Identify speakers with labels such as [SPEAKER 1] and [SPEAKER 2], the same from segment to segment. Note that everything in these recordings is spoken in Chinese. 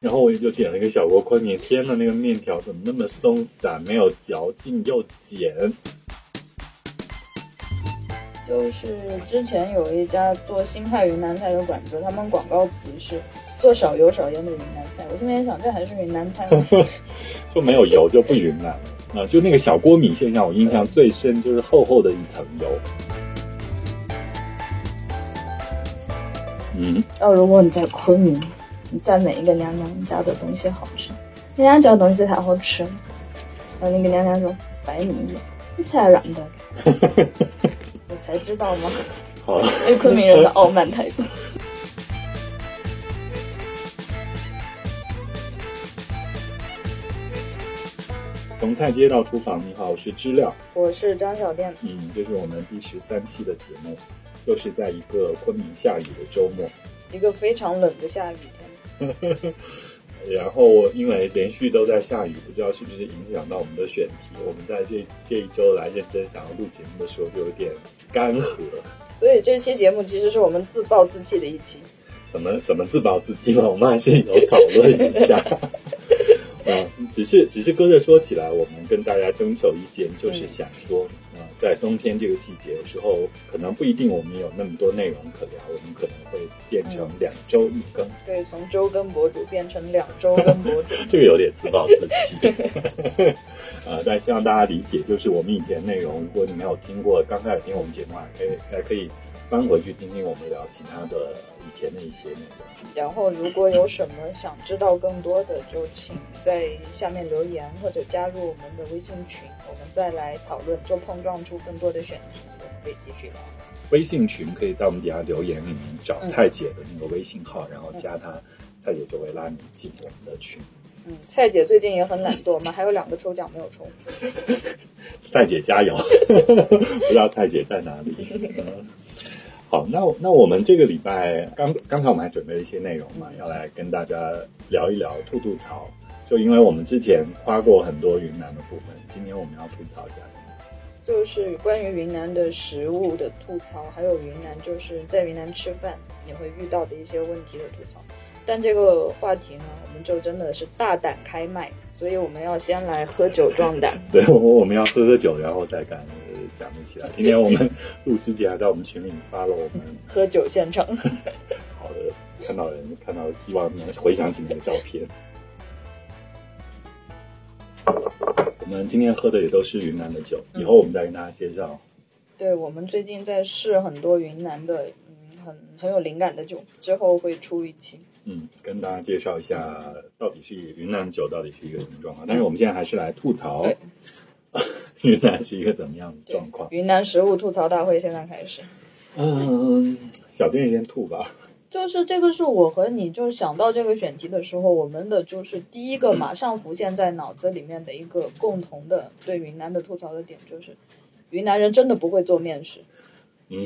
[SPEAKER 1] 然后我就点了一个小锅宽面，天呐，那个面条怎么那么松散，没有嚼劲又碱？
[SPEAKER 2] 就是之前有一家做新派云南菜的馆子，他们广告词是“做少油少盐的云南菜”。我现在想，这还是云南菜吗？
[SPEAKER 1] 就没有油就不云南了啊！就那个小锅米线让我印象最深，就是厚厚的一层油。嗯，
[SPEAKER 2] 哦，如果你在昆明，你赞美一个娘娘家的东西好吃，人家家东西才好吃。然后那个娘娘说：“白米面，你才懒的。”我才知道吗？
[SPEAKER 1] 好了，
[SPEAKER 2] 对昆明人的傲慢态度。
[SPEAKER 1] 从菜街到厨房，你好，我是知了。
[SPEAKER 2] 我是张小店，
[SPEAKER 1] 嗯，这是我们第十三期的节目，又是在一个昆明下雨的周末。
[SPEAKER 2] 一个非常冷的下雨天。
[SPEAKER 1] 然后因为连续都在下雨，不知道是不是影响到我们的选题。我们在这这一周来认真想要录节目的时候，就有点干涸。
[SPEAKER 2] 所以这期节目其实是我们自暴自弃的一期。
[SPEAKER 1] 怎么怎么自暴自弃嘛，我们还是有讨论一下。嗯，只是只是搁着说起来，我们跟大家征求意见，就是想说，啊、在冬天这个季节，有时候可能不一定我们有那么多内容可聊，我们可能会变成两周一更，
[SPEAKER 2] 对，从周更博主变成两周更博主。
[SPEAKER 1] 这个有点自暴自弃。 啊，但希望大家理解，就是我们以前内容，如果你没有听过，刚开始听我们节目，还啊可以还可以翻回去听听我们聊其他的以前的一些内容。
[SPEAKER 2] 然后如果有什么想知道更多的，就请在下面留言或者加入我们的微信群，我们再来讨论，就碰撞出更多的选题，我们可以继续聊。
[SPEAKER 1] 微信群可以在我们底下留言里面找蔡姐的那个微信号，然后加她，蔡姐就会拉你进我们的群。
[SPEAKER 2] 嗯，蔡姐最近也很懒惰，我们还有两个抽奖没有抽。
[SPEAKER 1] 蔡姐加油！不知道蔡姐在哪里。嗯好，那那我们这个礼拜刚刚才我们还准备了一些内容嘛，要来跟大家聊一聊吐吐槽。就因为我们之前夸过很多云南的部分，今天我们要吐槽一下。
[SPEAKER 2] 就是关于云南的食物的吐槽，还有云南就是在云南吃饭你会遇到的一些问题的吐槽。但这个话题呢，我们就真的是大胆开麦，所以我们要先来喝酒壮胆。
[SPEAKER 1] 对，我我们要喝喝酒，然后再敢呃讲一起来。今天我们录之前还在我们群里发了我们
[SPEAKER 2] 喝酒现场。
[SPEAKER 1] 好的，看到人看到希望能回想起那个照片。我们今天喝的也都是云南的酒，以后我们再跟大家介绍。
[SPEAKER 2] 对，我们最近在试很多云南的，嗯，很很有灵感的酒，之后会出一期。
[SPEAKER 1] 嗯，跟大家介绍一下到底是云南酒到底是一个什么状况。但是我们现在还是来吐槽
[SPEAKER 2] 对
[SPEAKER 1] 云南是一个怎么样的
[SPEAKER 2] 对
[SPEAKER 1] 状况。
[SPEAKER 2] 云南食物吐槽大会现在开始。
[SPEAKER 1] 嗯，小店先吐吧。
[SPEAKER 2] 就是这个是我和你就是想到这个选题的时候，我们的就是第一个马上浮现在脑子里面的一个共同的对云南的吐槽的点，就是云南人真的不会做面食。
[SPEAKER 1] 嗯，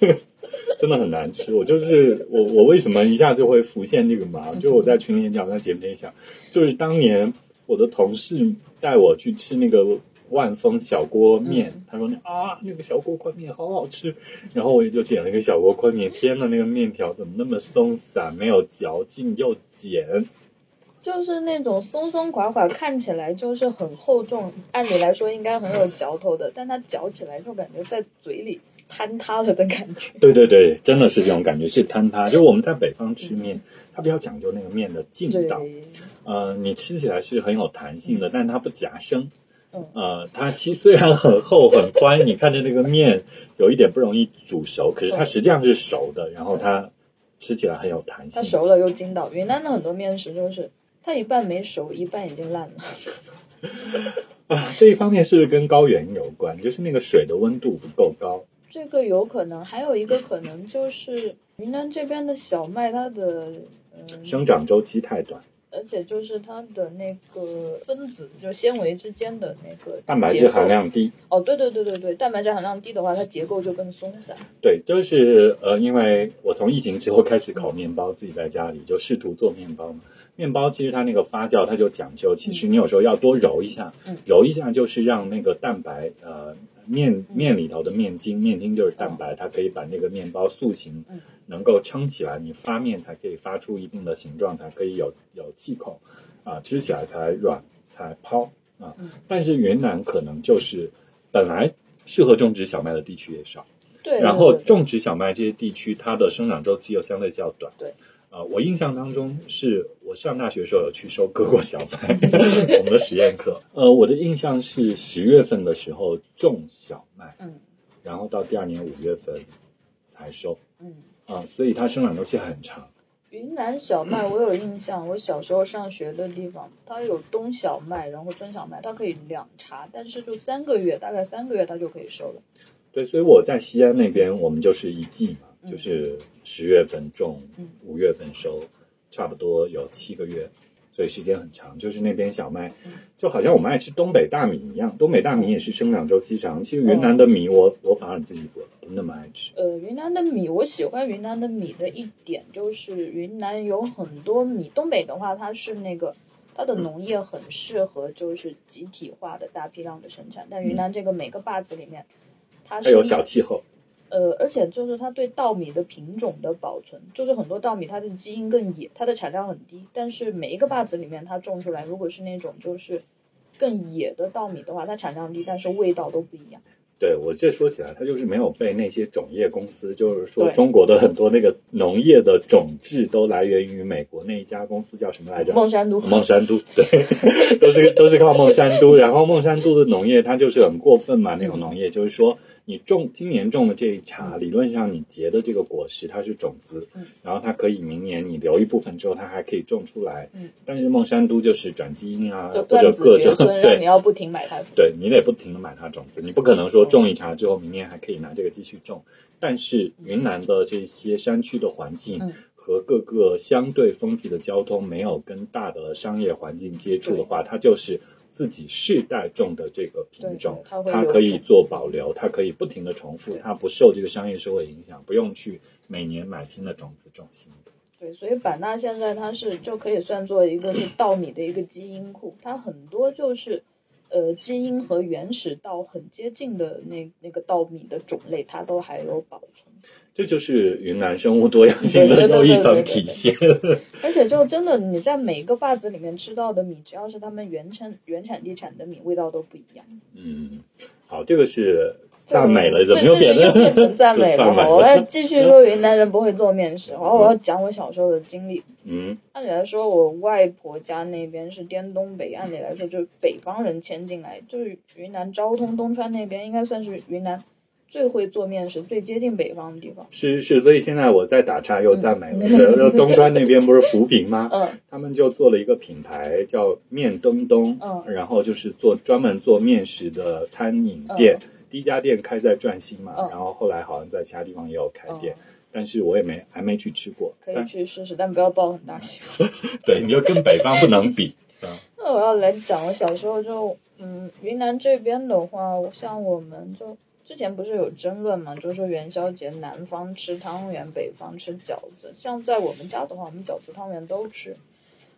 [SPEAKER 1] 真的很难吃。我就是我，我为什么一下就会浮现这个嘛？就我在群里也讲，我在节目里也讲，就是当年我的同事带我去吃那个万丰小锅面，他说啊，那个小锅宽面好好吃，然后我也就点了一个小锅宽面。天呐，那个面条怎么那么松散，没有嚼劲又碱？
[SPEAKER 2] 就是那种松松垮垮，看起来就是很厚重，按理来说应该很有嚼头的，但它嚼起来就感觉在嘴里坍塌了的感 觉。
[SPEAKER 1] 对对对，真的是这种感觉，是坍塌。就是我们在北方吃面，它比较讲究那个面的劲
[SPEAKER 2] 对，
[SPEAKER 1] 道。呃，你吃起来是很有弹性的，但它不夹生。
[SPEAKER 2] 嗯
[SPEAKER 1] 呃，它其实虽然很厚很宽，你看着那个面有一点不容易煮熟，可是它
[SPEAKER 2] 对
[SPEAKER 1] 实际上是熟的，然后它吃起来很有弹
[SPEAKER 2] 它
[SPEAKER 1] 性。
[SPEAKER 2] 熟了又筋道。云南的很多面食就是它一半没熟，一半已经烂了。
[SPEAKER 1] 啊，这一方面是不是跟高原有关？就是那个水的温度不够高。
[SPEAKER 2] 这个有可能，还有一个可能就是云南这边的小麦，它的嗯，
[SPEAKER 1] 生长周期太短，
[SPEAKER 2] 而且就是它的那个分子，就是纤维之间的那个
[SPEAKER 1] 蛋白
[SPEAKER 2] 结
[SPEAKER 1] 质
[SPEAKER 2] 构
[SPEAKER 1] 含。量低。
[SPEAKER 2] 哦，对对对对对，蛋白质含量低的话，它结构就更松散。
[SPEAKER 1] 对，就是呃，因为我从疫情之后开始烤面包，自己在家里就试图做面包嘛。面包其实它那个发酵，它就讲究，其实你有时候要多揉一下，
[SPEAKER 2] 嗯
[SPEAKER 1] 揉一下就是让那个蛋白呃面面里头的面筋，面筋就是蛋白，它可以把那个面包塑形
[SPEAKER 2] 嗯，
[SPEAKER 1] 能够撑起来，你发面才可以发出一定的形状，才可以有有气孔，啊，吃起来才软才抛啊
[SPEAKER 2] 嗯。
[SPEAKER 1] 但是云南可能就是本来适合种植小麦的地区也少。
[SPEAKER 2] 对，
[SPEAKER 1] 然后
[SPEAKER 2] 对
[SPEAKER 1] 种植小麦这些地区，它的生长周期又相对较短。
[SPEAKER 2] 对，
[SPEAKER 1] 呃，我印象当中是我上大学的时候有去收割过小麦， 我们的实验课。呃，我的印象是十月份的时候种小麦，
[SPEAKER 2] 嗯
[SPEAKER 1] 然后到第二年五月份才收
[SPEAKER 2] 嗯，
[SPEAKER 1] 啊、所以它生长周期很长。
[SPEAKER 2] 云南小麦我有印象，我小时候上学的地方，它有冬小麦，然后春小麦，它可以两茬，但是就三个月，大概三个月它就可以收了。
[SPEAKER 1] 对，所以我在西安那边，我们就是一季嘛，
[SPEAKER 2] 嗯
[SPEAKER 1] 就是十月份种
[SPEAKER 2] 嗯，
[SPEAKER 1] 五月份收，差不多有七个月，所以时间很长。就是那边小麦
[SPEAKER 2] 嗯，
[SPEAKER 1] 就好像我们爱吃东北大米一样，东北大米也是生长周期长。其实云
[SPEAKER 2] 哦
[SPEAKER 1] 南的米我，我反而自己不不那么爱吃。
[SPEAKER 2] 呃，云南的米，我喜欢云南的米的一点就是云南有很多米，东北的话它是那个它的农业很适合就是集体化的大批量的生产，但云南这个每个坝子里面，它
[SPEAKER 1] 它
[SPEAKER 2] 是
[SPEAKER 1] 有小气候，
[SPEAKER 2] 呃，而且就是它对稻米的品种的保存，就是很多稻米它的基因更野，它的产量很低，但是每一个坝子里面它种出来，如果是那种就是更野的稻米的话，它产量低，但是味道都不一样。
[SPEAKER 1] 对我这说起来，它就是没有被那些种业公司，就是说
[SPEAKER 2] 对
[SPEAKER 1] 中国的很多那个农业的种质都来源于美国那一家公司叫什么来着？
[SPEAKER 2] 孟山都，
[SPEAKER 1] 孟山都， 对，都是都是靠孟山 都。然后孟山都的农业，它就是很过分嘛，那种农业就是说，你种今年种的这一茬，理论上你结的这个果实它是种子
[SPEAKER 2] 嗯，
[SPEAKER 1] 然后它可以明年你留一部分之后，它还可以种出来
[SPEAKER 2] 嗯。
[SPEAKER 1] 但是孟山都就是转基因啊
[SPEAKER 2] 就，
[SPEAKER 1] 或者
[SPEAKER 2] 断子
[SPEAKER 1] 各
[SPEAKER 2] 绝
[SPEAKER 1] 种
[SPEAKER 2] 孙，让你
[SPEAKER 1] 对。
[SPEAKER 2] 要不停买它。
[SPEAKER 1] 对你得不停的买它种子，你不可能说种一茬之后，明年还可以拿这个继续种。但是云南的这些山区的环境，
[SPEAKER 2] 嗯
[SPEAKER 1] 和各个相对封闭的交通没有跟大的商业环境接触的话，它就是自己世代种的这个品种
[SPEAKER 2] 对，它会
[SPEAKER 1] 它
[SPEAKER 2] 留
[SPEAKER 1] 可以
[SPEAKER 2] 种
[SPEAKER 1] 做保留，它可以不停的重复，
[SPEAKER 2] 对
[SPEAKER 1] 它不受这个商业社会影响，不用去每年买新的种子种新的。
[SPEAKER 2] 对，所以版纳现在它是就可以算作一个是稻米的一个基因库，它很多就是，呃，基因和原始稻很接近的那那个稻米的种类，它都还有保存。
[SPEAKER 1] 这就是云南生物多样性的
[SPEAKER 2] 对对对
[SPEAKER 1] 又一
[SPEAKER 2] 对
[SPEAKER 1] 层
[SPEAKER 2] 对
[SPEAKER 1] 体
[SPEAKER 2] 对
[SPEAKER 1] 现。
[SPEAKER 2] 而且就真的你在每个坝子里面吃到的米，只要是他们原产原产地产的米，味道都不一样。
[SPEAKER 1] 嗯，好，这个是赞美了，怎么又
[SPEAKER 2] 又
[SPEAKER 1] 变
[SPEAKER 2] 又变
[SPEAKER 1] 得
[SPEAKER 2] 成赞美
[SPEAKER 1] 赞
[SPEAKER 2] 了？
[SPEAKER 1] 美
[SPEAKER 2] 我要继续说云南人不会做面食，然后我要讲我小时候的经历。
[SPEAKER 1] 嗯
[SPEAKER 2] 按理来说，我外婆家那边是滇东北，按理来说就是北方人迁进来，就是云南昭通、东川那边，应该算是云南最会做面食、最接近北方的地方。
[SPEAKER 1] 是是，所以现在我在打岔又赞美了。然后东川那边不是扶贫吗？
[SPEAKER 2] 嗯，
[SPEAKER 1] 他们就做了一个品牌叫面东东，
[SPEAKER 2] 嗯
[SPEAKER 1] 然后就是做专门做面食的餐饮店。第一家店开在转兴嘛，
[SPEAKER 2] 嗯
[SPEAKER 1] 然后后来好像在其他地方也有开
[SPEAKER 2] 嗯
[SPEAKER 1] 店，但是我也没还没去吃过。
[SPEAKER 2] 可以
[SPEAKER 1] 但
[SPEAKER 2] 去试试，但不要抱很大希望。
[SPEAKER 1] 对，你就跟北方不能比。
[SPEAKER 2] 那我要来讲，我小时候就，嗯，云南这边的话，我像我们就之前不是有争论嘛，就是说元宵节南方吃汤圆，北方吃饺子。像在我们家的话，我们饺子、汤圆都吃，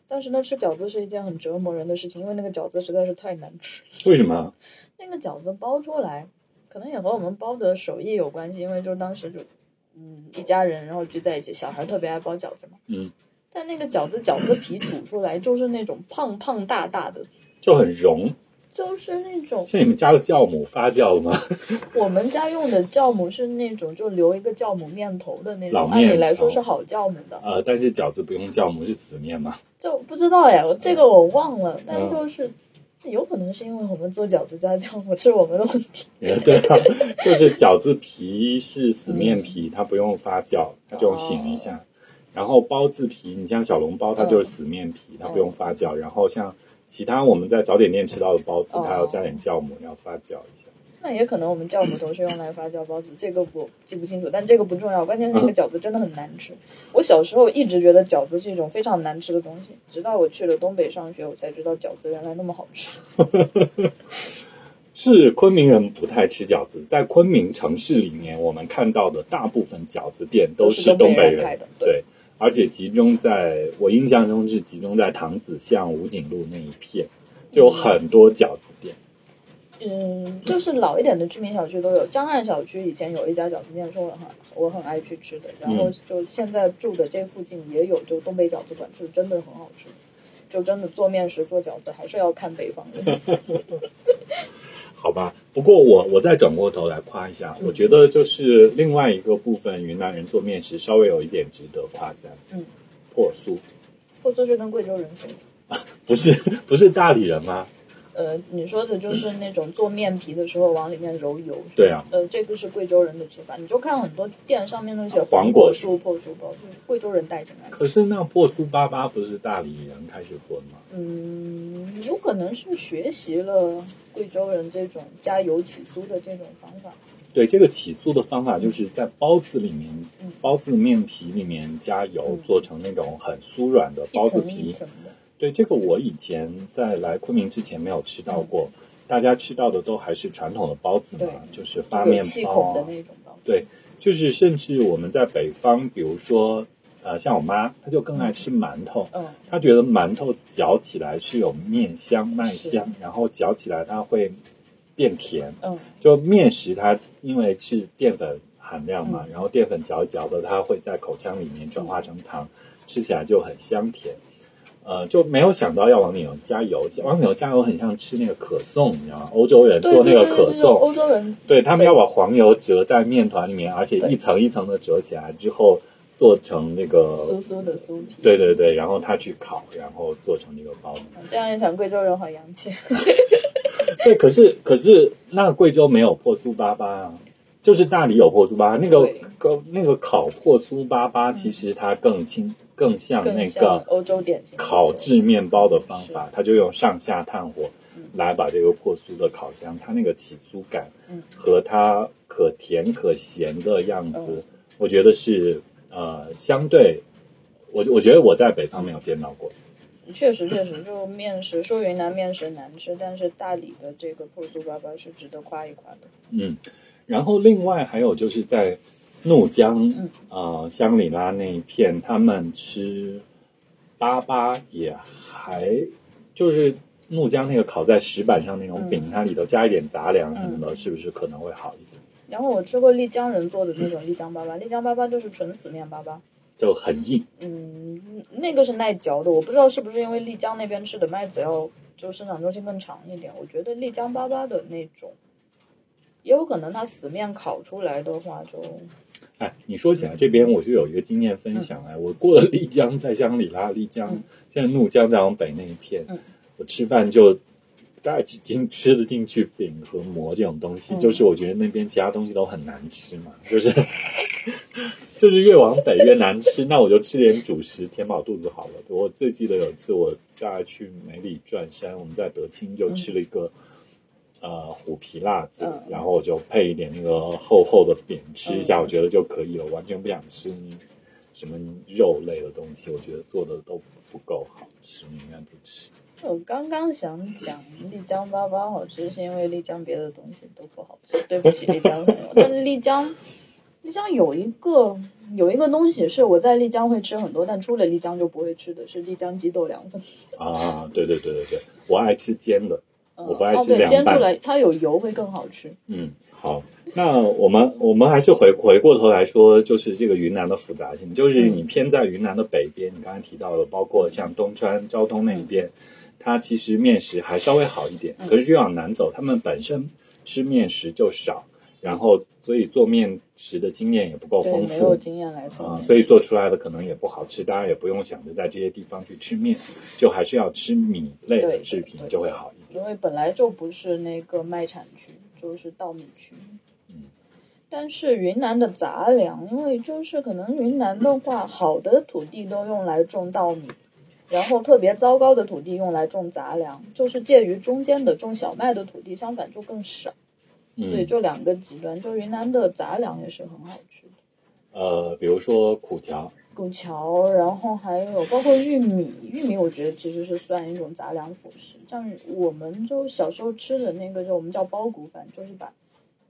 [SPEAKER 2] 但是呢，吃饺子是一件很折磨人的事情，因为那个饺子实在是太难吃。
[SPEAKER 1] 为什么？
[SPEAKER 2] 那个饺子包出来，可能也和我们包的手艺有关系，因为就是当时就，嗯，一家人然后聚在一起，小孩特别爱包饺子嘛。
[SPEAKER 1] 嗯，
[SPEAKER 2] 但那个饺子饺子皮煮出来就是那种胖胖大大的，
[SPEAKER 1] 就很融。
[SPEAKER 2] 就是那种
[SPEAKER 1] 像你们家的酵母发酵了吗？
[SPEAKER 2] 我们家用的酵母是那种就留一个酵母面头的那
[SPEAKER 1] 老
[SPEAKER 2] 种，按理
[SPEAKER 1] 面哦
[SPEAKER 2] 来说
[SPEAKER 1] 头
[SPEAKER 2] 是好酵母的，
[SPEAKER 1] 呃，但是饺子不用酵母是死面嘛。
[SPEAKER 2] 就不知道呀，我这个我忘了，但
[SPEAKER 1] 嗯
[SPEAKER 2] 就是有可能是因为我们做饺子加酵母是我们的 问题，
[SPEAKER 1] 也对啊，就是饺子皮是死
[SPEAKER 2] 嗯
[SPEAKER 1] 面皮，它不用发酵，它就醒一
[SPEAKER 2] 哦
[SPEAKER 1] 下。然后包子皮，你像小笼包，
[SPEAKER 2] 嗯
[SPEAKER 1] 它就是死面皮，它不用发酵。然后像其他我们在早点店吃到的包子，
[SPEAKER 2] 哦
[SPEAKER 1] 它要加点酵母，要发酵一下。
[SPEAKER 2] 那也可能我们酵母都是用来发酵包子，这个我记不清楚，但这个不重要，关键是那个饺子真的很难吃。我小时候一直觉得饺子是一种非常难吃的东西，直到我去了东北上学，我才知道饺子原来那么好吃。
[SPEAKER 1] 是昆明人不太吃饺子，在昆明城市里面，我们看到的大部分饺子店都
[SPEAKER 2] 是东
[SPEAKER 1] 东
[SPEAKER 2] 北
[SPEAKER 1] 北
[SPEAKER 2] 人开的对
[SPEAKER 1] 对，而且集中在我印象中是集中在唐子巷、武警路那一片，就有很多饺子店。
[SPEAKER 2] 嗯，就是老一点的居民小区都有。江岸小区以前有一家饺子店，是我很我很爱去吃的。然后就现在住的这附近也有，就东北饺子馆是真的很好吃，就真的做面食做饺子还是要看北方人。
[SPEAKER 1] 好吧，不过我我再转过头来夸一下，
[SPEAKER 2] 嗯
[SPEAKER 1] 我觉得就是另外一个部分，云南人做面食稍微有一点值得夸赞。
[SPEAKER 2] 嗯，
[SPEAKER 1] 破酥
[SPEAKER 2] 或者是跟贵州人说，
[SPEAKER 1] 不是不是大理人吗？
[SPEAKER 2] 呃，你说的就是那种做面皮的时候往里面揉油。是吧
[SPEAKER 1] 对啊，
[SPEAKER 2] 呃，这个是贵州人的吃法，你就看很多店上面都写
[SPEAKER 1] 黄
[SPEAKER 2] 果
[SPEAKER 1] 果
[SPEAKER 2] 酥、破酥包，就是贵州人带进来的。
[SPEAKER 1] 可是那破酥粑粑不是大理人开始做的吗？
[SPEAKER 2] 嗯，有可能是学习了贵州人这种加油起酥的这种方法。
[SPEAKER 1] 对，这个起酥的方法就是在包子里面
[SPEAKER 2] 嗯，
[SPEAKER 1] 包子面皮里面加油
[SPEAKER 2] 嗯，
[SPEAKER 1] 做成那种很酥软的包
[SPEAKER 2] 一
[SPEAKER 1] 子
[SPEAKER 2] 层一
[SPEAKER 1] 皮。
[SPEAKER 2] 层的。
[SPEAKER 1] 对，这个我以前在来昆明之前没有吃到
[SPEAKER 2] 嗯
[SPEAKER 1] 过，大家吃到的都还是传统的包子嘛，
[SPEAKER 2] 对
[SPEAKER 1] 就是发
[SPEAKER 2] 有
[SPEAKER 1] 面
[SPEAKER 2] 气
[SPEAKER 1] 包
[SPEAKER 2] 孔的
[SPEAKER 1] 啊，
[SPEAKER 2] 那种包子。
[SPEAKER 1] 对，就是甚至我们在北方，比如说呃，像我妈，她就更爱吃馒头。
[SPEAKER 2] 嗯，
[SPEAKER 1] 她觉得馒头嚼起来是有面香、麦香，然后嚼起来它会变甜。
[SPEAKER 2] 嗯
[SPEAKER 1] 就面食它因为是淀粉含量嘛，
[SPEAKER 2] 嗯
[SPEAKER 1] 然后淀粉嚼一嚼的，它会在口腔里面转化成糖，吃起来就很香甜。呃，就没有想到要往里头加油，往里头加油很像吃那个可颂，你知道吗？欧洲人
[SPEAKER 2] 对，
[SPEAKER 1] 做那个
[SPEAKER 2] 对对
[SPEAKER 1] 可
[SPEAKER 2] 对就是
[SPEAKER 1] 颂，
[SPEAKER 2] 欧洲人
[SPEAKER 1] 对他们
[SPEAKER 2] 对
[SPEAKER 1] 要把黄油折在面团里面，而且
[SPEAKER 2] 对
[SPEAKER 1] 一层一层的折起来之后，做成那个
[SPEAKER 2] 酥酥的酥皮。
[SPEAKER 1] 对对对，然后他去烤，然后做成那个包子。
[SPEAKER 2] 嗯，这样一想，贵州人好洋气。
[SPEAKER 1] 对，可是可是那贵州没有破酥粑粑啊，就是大理有破酥粑粑，那个
[SPEAKER 2] 对
[SPEAKER 1] 个那个烤破酥粑粑，
[SPEAKER 2] 嗯
[SPEAKER 1] 其实它更轻，更像
[SPEAKER 2] 更
[SPEAKER 1] 那
[SPEAKER 2] 像
[SPEAKER 1] 个
[SPEAKER 2] 欧洲典型的
[SPEAKER 1] 烤制面包的方法
[SPEAKER 2] 是，
[SPEAKER 1] 它就用上下炭火
[SPEAKER 2] 嗯
[SPEAKER 1] 来把这个破酥的烤香，它那个起酥感
[SPEAKER 2] 嗯
[SPEAKER 1] 和它可甜可咸的样
[SPEAKER 2] 嗯
[SPEAKER 1] 子，我觉得是呃相对。我我觉得我在北方没有见到过，
[SPEAKER 2] 确实确实，就面食说云南面食难吃，但是大理的这个破酥粑粑是值得夸一夸的。
[SPEAKER 1] 嗯，然后另外还有就是在怒江，
[SPEAKER 2] 嗯
[SPEAKER 1] 呃，香里拉那一片，他们吃粑粑也还就是怒江那个烤在石板上那种饼，
[SPEAKER 2] 嗯
[SPEAKER 1] 它里头加一点杂粮什么的，是不是可能会好一点？
[SPEAKER 2] 然后我吃过丽江人做的那种丽江粑粑，丽江粑粑就是纯死面粑粑。
[SPEAKER 1] 就很硬，
[SPEAKER 2] 嗯，那个是耐嚼的，我不知道是不是因为丽江那边吃的麦子要就生长周期更长一点。我觉得丽江粑粑的那种，也有可能它死面烤出来的话就，
[SPEAKER 1] 哎，你说起来这边我是有一个经验分享哎，我过了丽江，在香里拉丽江，
[SPEAKER 2] 嗯
[SPEAKER 1] 现在怒江在往北那一片，
[SPEAKER 2] 嗯
[SPEAKER 1] 我吃饭就大概只进吃得进去饼和馍这种东西，
[SPEAKER 2] 嗯
[SPEAKER 1] 就是我觉得那边其他东西都很难吃嘛，就是 就是越往北越难吃，那我就吃点主食填饱肚子好了。我最记得有一次我大概去梅里转山，我们在德清就吃了一个。呃，虎皮辣子，
[SPEAKER 2] 嗯
[SPEAKER 1] 然后我就配一点那个厚厚的饼吃一下，
[SPEAKER 2] 嗯
[SPEAKER 1] 我觉得就可以了。完全不想吃什么肉类的东西，我觉得做的都不够好吃，宁愿不吃。
[SPEAKER 2] 我刚刚想讲丽江粑粑好吃，是因为丽江别的东西都不好吃，对不起丽江朋友。但是丽江，丽江有一个有一个东西是我在丽江会吃很多，但出了丽江就不会吃的，是丽江鸡豆凉粉。
[SPEAKER 1] 啊，对对对对对，我爱吃煎的。
[SPEAKER 2] 嗯、
[SPEAKER 1] 我不爱吃
[SPEAKER 2] 哦，对，
[SPEAKER 1] 凉
[SPEAKER 2] 煎出
[SPEAKER 1] 拌
[SPEAKER 2] 来它有油会更好吃。
[SPEAKER 1] 嗯，好，那我们我们还是回回过头来说，就是这个云南的复杂性，就是
[SPEAKER 2] 嗯
[SPEAKER 1] 你偏在云南的北边，你刚才提到的，包括像东川、昭通那一边，它其实面食还稍微好一点，
[SPEAKER 2] 嗯
[SPEAKER 1] 可是越往南走，他们本身吃面食就少，然后所以做面食的经验也不够
[SPEAKER 2] 对，
[SPEAKER 1] 丰
[SPEAKER 2] 没有
[SPEAKER 1] 富。
[SPEAKER 2] 经验来做
[SPEAKER 1] 啊、
[SPEAKER 2] 面
[SPEAKER 1] 所以做出来的可能也不好吃，大家也不用想着在这些地方去吃面，就还是要吃米类
[SPEAKER 2] 对
[SPEAKER 1] 的制品
[SPEAKER 2] 对
[SPEAKER 1] 就会好一点。
[SPEAKER 2] 因为本来就不是那个麦产区，就是稻米区。
[SPEAKER 1] 嗯，
[SPEAKER 2] 但是云南的杂粮，因为就是可能云南的话，好的土地都用来种稻米，然后特别糟糕的土地用来种杂粮，就是介于中间的种小麦的土地，相反就更少。
[SPEAKER 1] 嗯
[SPEAKER 2] 对，就两个极端，就云南的杂粮也是很好吃的。
[SPEAKER 1] 呃，比如说苦荞，
[SPEAKER 2] 拱桥，然后还有包括玉米，玉米我觉得其实是算一种杂粮辅食，像我们就小时候吃的那个，就我们叫苞谷饭，就是把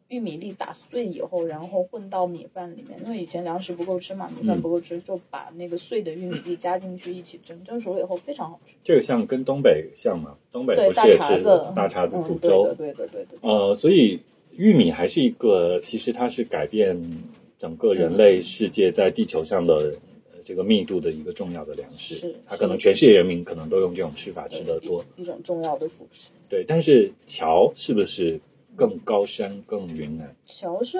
[SPEAKER 2] 玉米粒打碎以后，然后混到米饭里面。因为以前粮食不够吃嘛，米饭
[SPEAKER 1] 嗯
[SPEAKER 2] 不够吃，就把那个碎的玉米粒加进去一起蒸，蒸熟了以后非常好吃。
[SPEAKER 1] 这个像跟东北像嘛，东北
[SPEAKER 2] 对，
[SPEAKER 1] 不
[SPEAKER 2] 大
[SPEAKER 1] 是也
[SPEAKER 2] 碴
[SPEAKER 1] 是
[SPEAKER 2] 子，
[SPEAKER 1] 大碴子
[SPEAKER 2] 嗯
[SPEAKER 1] 煮
[SPEAKER 2] 对
[SPEAKER 1] 粥？
[SPEAKER 2] 的对的，对的，对的。
[SPEAKER 1] 呃，所以玉米还是一个，其实它是改变整个人
[SPEAKER 2] 嗯
[SPEAKER 1] 类世界在地球上的呃这个密度的一个重要的粮
[SPEAKER 2] 是
[SPEAKER 1] 食。它可能全世界人民可能都用这种吃法
[SPEAKER 2] 对
[SPEAKER 1] 吃得多。
[SPEAKER 2] 一一种重要的辅食。
[SPEAKER 1] 对，但是桥是不是更高山更云南？
[SPEAKER 2] 乔是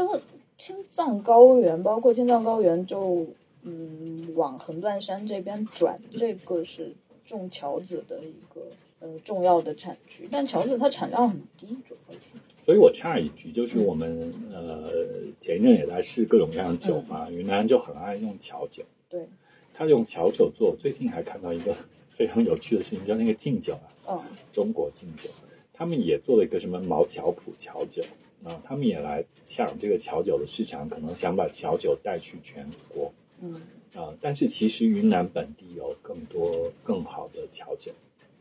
[SPEAKER 2] 青藏高原，包括青藏高原就嗯往横断山这边转，这个是种乔子的一个呃重要的产区。但乔子它产量很低，主要是
[SPEAKER 1] 所以我插一句，就是
[SPEAKER 2] 嗯
[SPEAKER 1] 我们呃前一阵也在试各种各样的酒嘛，云南就很爱用桥酒，
[SPEAKER 2] 对，
[SPEAKER 1] 他用桥酒做。我最近还看到一个非常有趣的事情，叫那个敬酒啊，
[SPEAKER 2] 嗯
[SPEAKER 1] 中国敬酒，他们也做了一个什么毛桥普桥酒啊，他们也来抢这个桥酒的市场，可能想把桥酒带去全国
[SPEAKER 2] 嗯，
[SPEAKER 1] 啊。但是其实云南本地有更多更好的桥酒，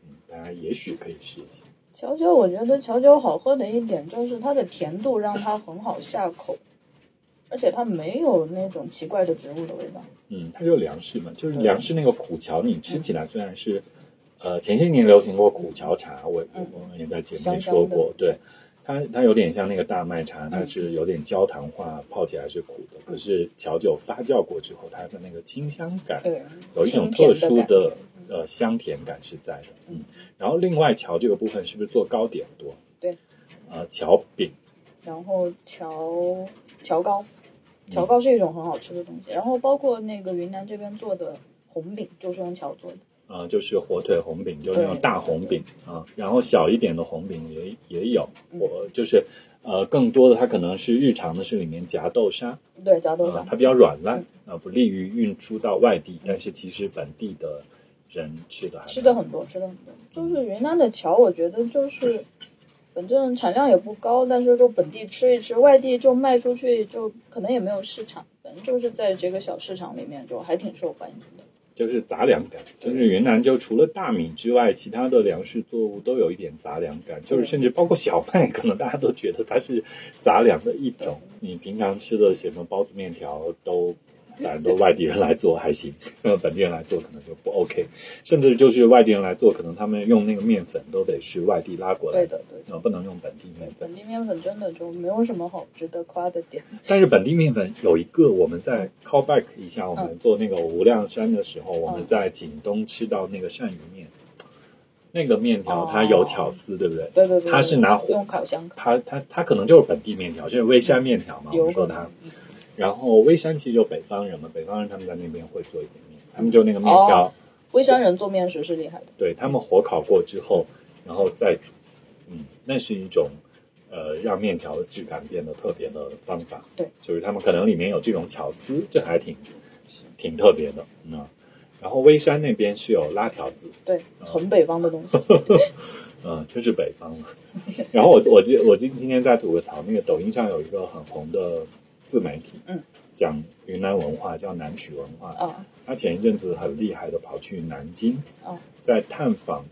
[SPEAKER 1] 嗯，大家也许可以试一下。
[SPEAKER 2] 乔酒我觉得乔酒好喝的一点就是它的甜度让它很好下口，而且它没有那种奇怪的植物的味道。
[SPEAKER 1] 嗯，它就是粮食嘛，就是
[SPEAKER 2] 对
[SPEAKER 1] 粮食那个苦荞，你吃起来虽然是，呃，前些年流行过苦荞茶，我我
[SPEAKER 2] 嗯
[SPEAKER 1] 我们也在节目
[SPEAKER 2] 香
[SPEAKER 1] 里
[SPEAKER 2] 香
[SPEAKER 1] 说
[SPEAKER 2] 的
[SPEAKER 1] 过，对，它它有点像那个大麦茶，它
[SPEAKER 2] 嗯
[SPEAKER 1] 是有点焦糖化，泡起来是苦的，可是荞酒发酵过之后，它的那个清香感，
[SPEAKER 2] 对，
[SPEAKER 1] 有一种
[SPEAKER 2] 清甜
[SPEAKER 1] 特
[SPEAKER 2] 的
[SPEAKER 1] 殊
[SPEAKER 2] 感觉
[SPEAKER 1] 的
[SPEAKER 2] 嗯
[SPEAKER 1] 呃香甜感是在的，
[SPEAKER 2] 嗯
[SPEAKER 1] 嗯，然后另外荞这个部分是不是做糕点多？
[SPEAKER 2] 对，
[SPEAKER 1] 呃，荞饼，
[SPEAKER 2] 然后乔乔糕，
[SPEAKER 1] 嗯
[SPEAKER 2] 乔糕是一种很好吃的东西。然后包括那个云南这边做的红饼，就是用乔做的。
[SPEAKER 1] 呃，就是火腿红饼，就是那种
[SPEAKER 2] 对
[SPEAKER 1] 大红饼啊、然后小一点的红饼也也有，
[SPEAKER 2] 嗯
[SPEAKER 1] 我就是呃，更多的它可能是日常的是里面夹豆沙，
[SPEAKER 2] 对，炸豆
[SPEAKER 1] 呃
[SPEAKER 2] 沙，嗯
[SPEAKER 1] 它比较软烂，啊、不利于运输到外地，但是其实本地的人吃的还
[SPEAKER 2] 吃的
[SPEAKER 1] 蛮
[SPEAKER 2] 很多，吃的很多。就是云南的乔，我觉得就是，反正产量也不高，但是就本地吃一吃，外地就卖出去，就可能也没有市场。反正就是在这个小市场里面，就还挺受欢迎的。
[SPEAKER 1] 就是杂粮感，就是云南就除了大米之外，其他的粮食作物都有一点杂粮感，就是甚至包括小麦，可能大家都觉得它是杂粮的一种。你平常吃的什么包子、面条都。反正都外地人来做还行， 本地人来做可能就不 OK，甚至就是外地人来做，可能他们用那个面粉都得是外地拉过来
[SPEAKER 2] 对，的，对的。
[SPEAKER 1] 啊，不能用本地面粉。
[SPEAKER 2] 本地面粉真的就没有什么好值得夸的点。
[SPEAKER 1] 但是本地面粉有一个，我们在 call back 一下，我
[SPEAKER 2] 嗯
[SPEAKER 1] 们做那个无量山的时候，我们在景东吃到那个鳝鱼面，那个面条它有巧思，对不对？
[SPEAKER 2] 对对哦对，
[SPEAKER 1] 它是拿火
[SPEAKER 2] 用烤箱烤，
[SPEAKER 1] 它它它可能就是本地面条，就是微山面条嘛，啊我
[SPEAKER 2] 有
[SPEAKER 1] 们说
[SPEAKER 2] 可
[SPEAKER 1] 它
[SPEAKER 2] 能。。
[SPEAKER 1] 然后微山其实就北方人嘛，北方人他们在那边会做一点面，他们就那个面条，
[SPEAKER 2] 微山人做面食是厉害的，
[SPEAKER 1] 对他们火烤过之后，然后再煮，嗯，那是一种呃让面条的质感变得特别的方法。
[SPEAKER 2] 对，
[SPEAKER 1] 就是他们可能里面有这种巧思，这还挺挺特别的，嗯啊。然后微山那边是有拉条子，
[SPEAKER 2] 对，很北方的东西。
[SPEAKER 1] 嗯，就是北方嘛。然后我我记我今今天在吐个槽，那个抖音上有一个很红的自媒体，
[SPEAKER 2] 嗯，
[SPEAKER 1] 讲云南文化叫南曲文化，
[SPEAKER 2] 啊
[SPEAKER 1] 他前一阵子很厉害的跑去南京，
[SPEAKER 2] 啊
[SPEAKER 1] 在探访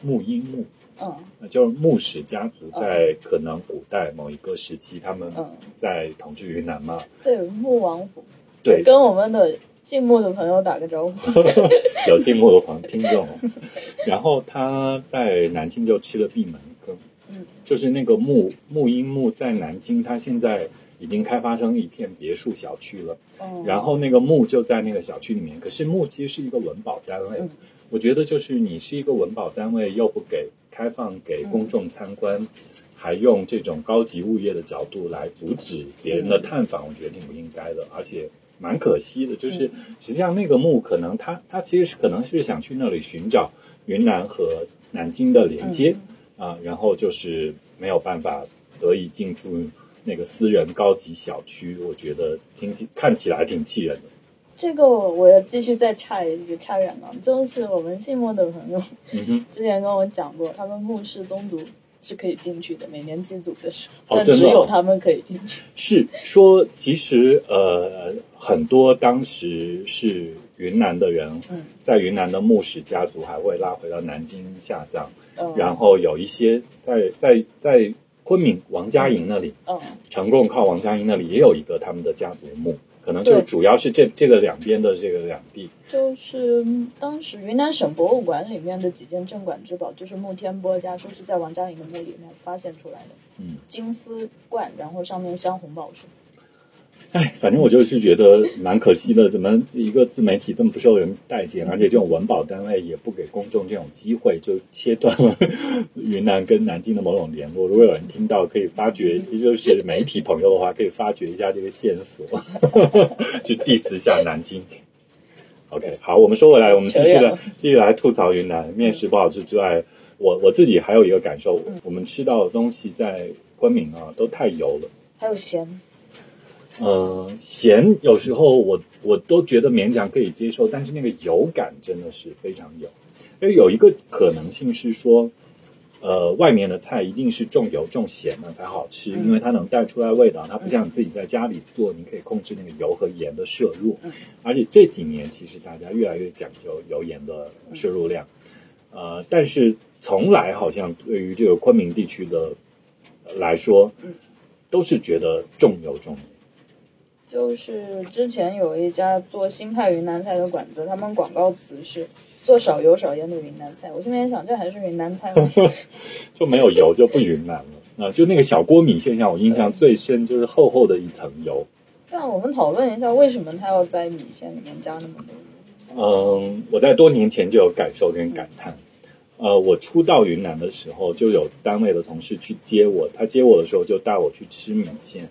[SPEAKER 1] 木英木，
[SPEAKER 2] 嗯
[SPEAKER 1] 那就是牧氏家族在可能古代某一个时期，他们
[SPEAKER 2] 哦嗯，
[SPEAKER 1] 在统治云南嘛，
[SPEAKER 2] 对，穆王府。
[SPEAKER 1] 对，
[SPEAKER 2] 跟我们的姓穆的朋友打个招呼。
[SPEAKER 1] 有姓穆的狂听众。然后他在南京就吃了闭门羹，
[SPEAKER 2] 嗯，
[SPEAKER 1] 就是那个木木英木在南京，它现在已经开发成一片别墅小区了。
[SPEAKER 2] 嗯
[SPEAKER 1] 然后那个木就在那个小区里面，可是木其实是一个文保单位，
[SPEAKER 2] 嗯
[SPEAKER 1] 我觉得就是你是一个文保单位，又不给开放给公众参观，还用这种高级物业的角度来阻止别人的探访，我觉得挺不应该的，而且蛮可惜的。就是实际上那个木可能他他其实是可能是想去那里寻找云南和南京的
[SPEAKER 2] 嗯
[SPEAKER 1] 连接啊、然后就是没有办法得以进驻。那个私人高级小区，我觉得听起看起来挺气人的。
[SPEAKER 2] 这个我要继续再插一句，插远了，就是我们姓穆的朋友
[SPEAKER 1] 嗯哼，
[SPEAKER 2] 之前跟我讲过，他们穆氏宗族是可以进去的，每年祭祖的时候，
[SPEAKER 1] 哦
[SPEAKER 2] 但
[SPEAKER 1] 真
[SPEAKER 2] 只
[SPEAKER 1] 的哦
[SPEAKER 2] 有他们可以进去。
[SPEAKER 1] 是说，其实呃，很多当时是云南的人，
[SPEAKER 2] 嗯
[SPEAKER 1] 在云南的牧氏家族还会拉回到南京下葬，
[SPEAKER 2] 嗯，
[SPEAKER 1] 然后有一些在在在昆明王家营那里，
[SPEAKER 2] 嗯，
[SPEAKER 1] 呈贡靠王家营那里也有一个他们的家族墓，可能就
[SPEAKER 2] 对
[SPEAKER 1] 主要是这这个两边的这个两地。
[SPEAKER 2] 就是当时云南省博物馆里面的几件镇馆之宝，就是穆天波家书是在王家营的墓里面发现出来的，
[SPEAKER 1] 嗯，
[SPEAKER 2] 金丝冠，然后上面镶红宝石。
[SPEAKER 1] 哎，反正我就是觉得蛮可惜的，怎么一个自媒体这么不受人待见，而且这种文保单位也不给公众这种机会，就切断了 云南跟南京的某种联络。如果有人听到，可以发掘，就是媒体朋友的话，可以发掘一下这个线索， 去 diss 一下南京。OK，好，我们说回来，我们继续
[SPEAKER 2] 扯远
[SPEAKER 1] 来
[SPEAKER 2] 了
[SPEAKER 1] 继续来吐槽云南面食不好吃之外，我我自己还有一个感受
[SPEAKER 2] 嗯，
[SPEAKER 1] 我们吃到的东西在昆明啊都太油了。
[SPEAKER 2] 还有咸，
[SPEAKER 1] 呃，咸有时候我我都觉得勉强可以接受，但是那个油感真的是非常油。因为有一个可能性是说，呃，外面的菜一定是重油重咸的才好吃，
[SPEAKER 2] 嗯
[SPEAKER 1] 因为它能带出来味道，它不像你自己在家里做，你可以控制那个油和盐的摄入。
[SPEAKER 2] 嗯
[SPEAKER 1] 而且这几年其实大家越来越讲究油盐的摄入量，
[SPEAKER 2] 嗯
[SPEAKER 1] 呃，但是从来好像对于这个昆明地区的呃来说，
[SPEAKER 2] 嗯
[SPEAKER 1] 都是觉得重油重盐。
[SPEAKER 2] 就是之前有一家做新派云南菜的馆子，他们广告词是“做少油少盐的云南菜”。我现在想，这还是云南菜 吗？
[SPEAKER 1] 就没有油就不云南了。啊、就那个小锅米现象，我印象最深就是厚厚的一层油。
[SPEAKER 2] 但我们讨论一下，为什么他要在米线里面加那么多油？
[SPEAKER 1] 嗯，我在多年前就有感受跟感叹。呃，我初到云南的时候，就有单位的同事去接我，他接我的时候就带我去吃米线，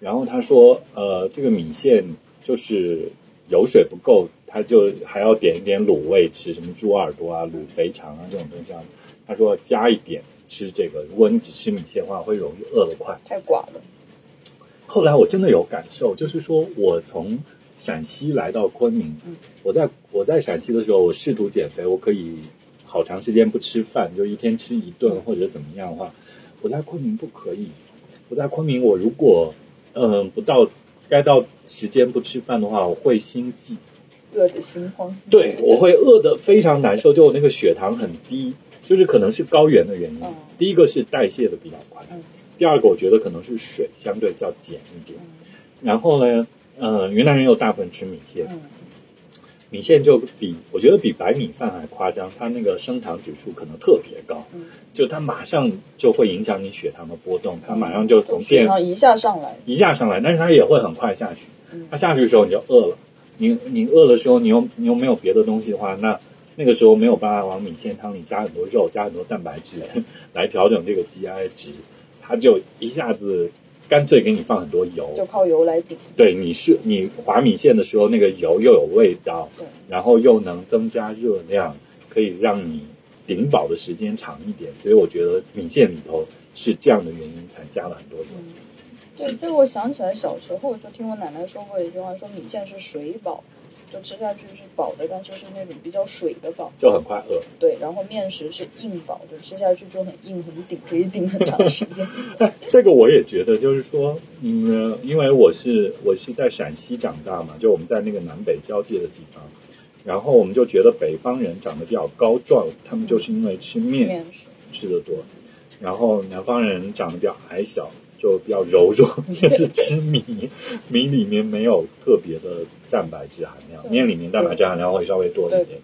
[SPEAKER 1] 然后他说，呃，这个米线就是油水不够，他就还要点一点卤味吃，什么猪耳朵啊、卤肥肠啊这种东西啊。他说加一点吃这个，如果你只吃米线的话，会容易饿得快。
[SPEAKER 2] 太寡了。
[SPEAKER 1] 后来我真的有感受，就是说我从陕西来到昆明
[SPEAKER 2] 嗯，
[SPEAKER 1] 我在我在陕西的时候，我试图减肥，我可以好长时间不吃饭，就一天吃一顿或者怎么样的话，我在昆明不可以。我在昆明，我如果嗯、呃不到该到时间不吃饭的话，我会心悸，
[SPEAKER 2] 饿得心慌。
[SPEAKER 1] 对我会饿得非常难受，就我那个血糖很低，就是可能是高原的原因。
[SPEAKER 2] 嗯
[SPEAKER 1] 第一个是代谢的比较快，
[SPEAKER 2] 嗯
[SPEAKER 1] 第二个我觉得可能是水相对较碱一点。
[SPEAKER 2] 嗯
[SPEAKER 1] 然后呢，呃，云南人又大部分吃米线，
[SPEAKER 2] 嗯
[SPEAKER 1] 米线就比我觉得比白米饭还夸张，它那个升糖指数可能特别高，
[SPEAKER 2] 嗯，
[SPEAKER 1] 就它马上就会影响你血糖的波动，它马上就从
[SPEAKER 2] 嗯血
[SPEAKER 1] 电
[SPEAKER 2] 糖一下上来。
[SPEAKER 1] 一下上来，但是它也会很快下去。
[SPEAKER 2] 嗯
[SPEAKER 1] 它下去的时候你就饿了，你你饿的时候你又你又没有别的东西的话，那那个时候没有办法往米线汤里加很多肉、加很多蛋白质
[SPEAKER 2] 嗯
[SPEAKER 1] 来调整这个 GI 值，它就一下子干脆给你放很多油，
[SPEAKER 2] 就靠油来顶。
[SPEAKER 1] 对，你是你划米线的时候，那个油又有味道，
[SPEAKER 2] 对，
[SPEAKER 1] 然后又能增加热量，可以让你顶饱的时间长一点。所以我觉得米线里头是这样的原因才加了很多油。
[SPEAKER 2] 嗯，对，这我想起来小时候就听我奶奶说过一句话，说米线是水饱，就吃下去是饱的，但是是那种比较水的饱。
[SPEAKER 1] 就很快饿，
[SPEAKER 2] 对，然后面食是硬饱，就吃下去就很硬很顶，可以顶很长时间。
[SPEAKER 1] 这个我也觉得，就是说，嗯，因为我是我是在陕西长大嘛，就我们在那个南北交界的地方，然后我们就觉得北方人长得比较高壮，他们就是因为吃 面
[SPEAKER 2] 面食，
[SPEAKER 1] 吃的多，然后南方人长得比较矮小，就比较柔弱， 就是吃米，米里面没有特别的蛋白质含量，
[SPEAKER 2] 对
[SPEAKER 1] 面里面蛋白质含量会稍微多
[SPEAKER 2] 对
[SPEAKER 1] 一点。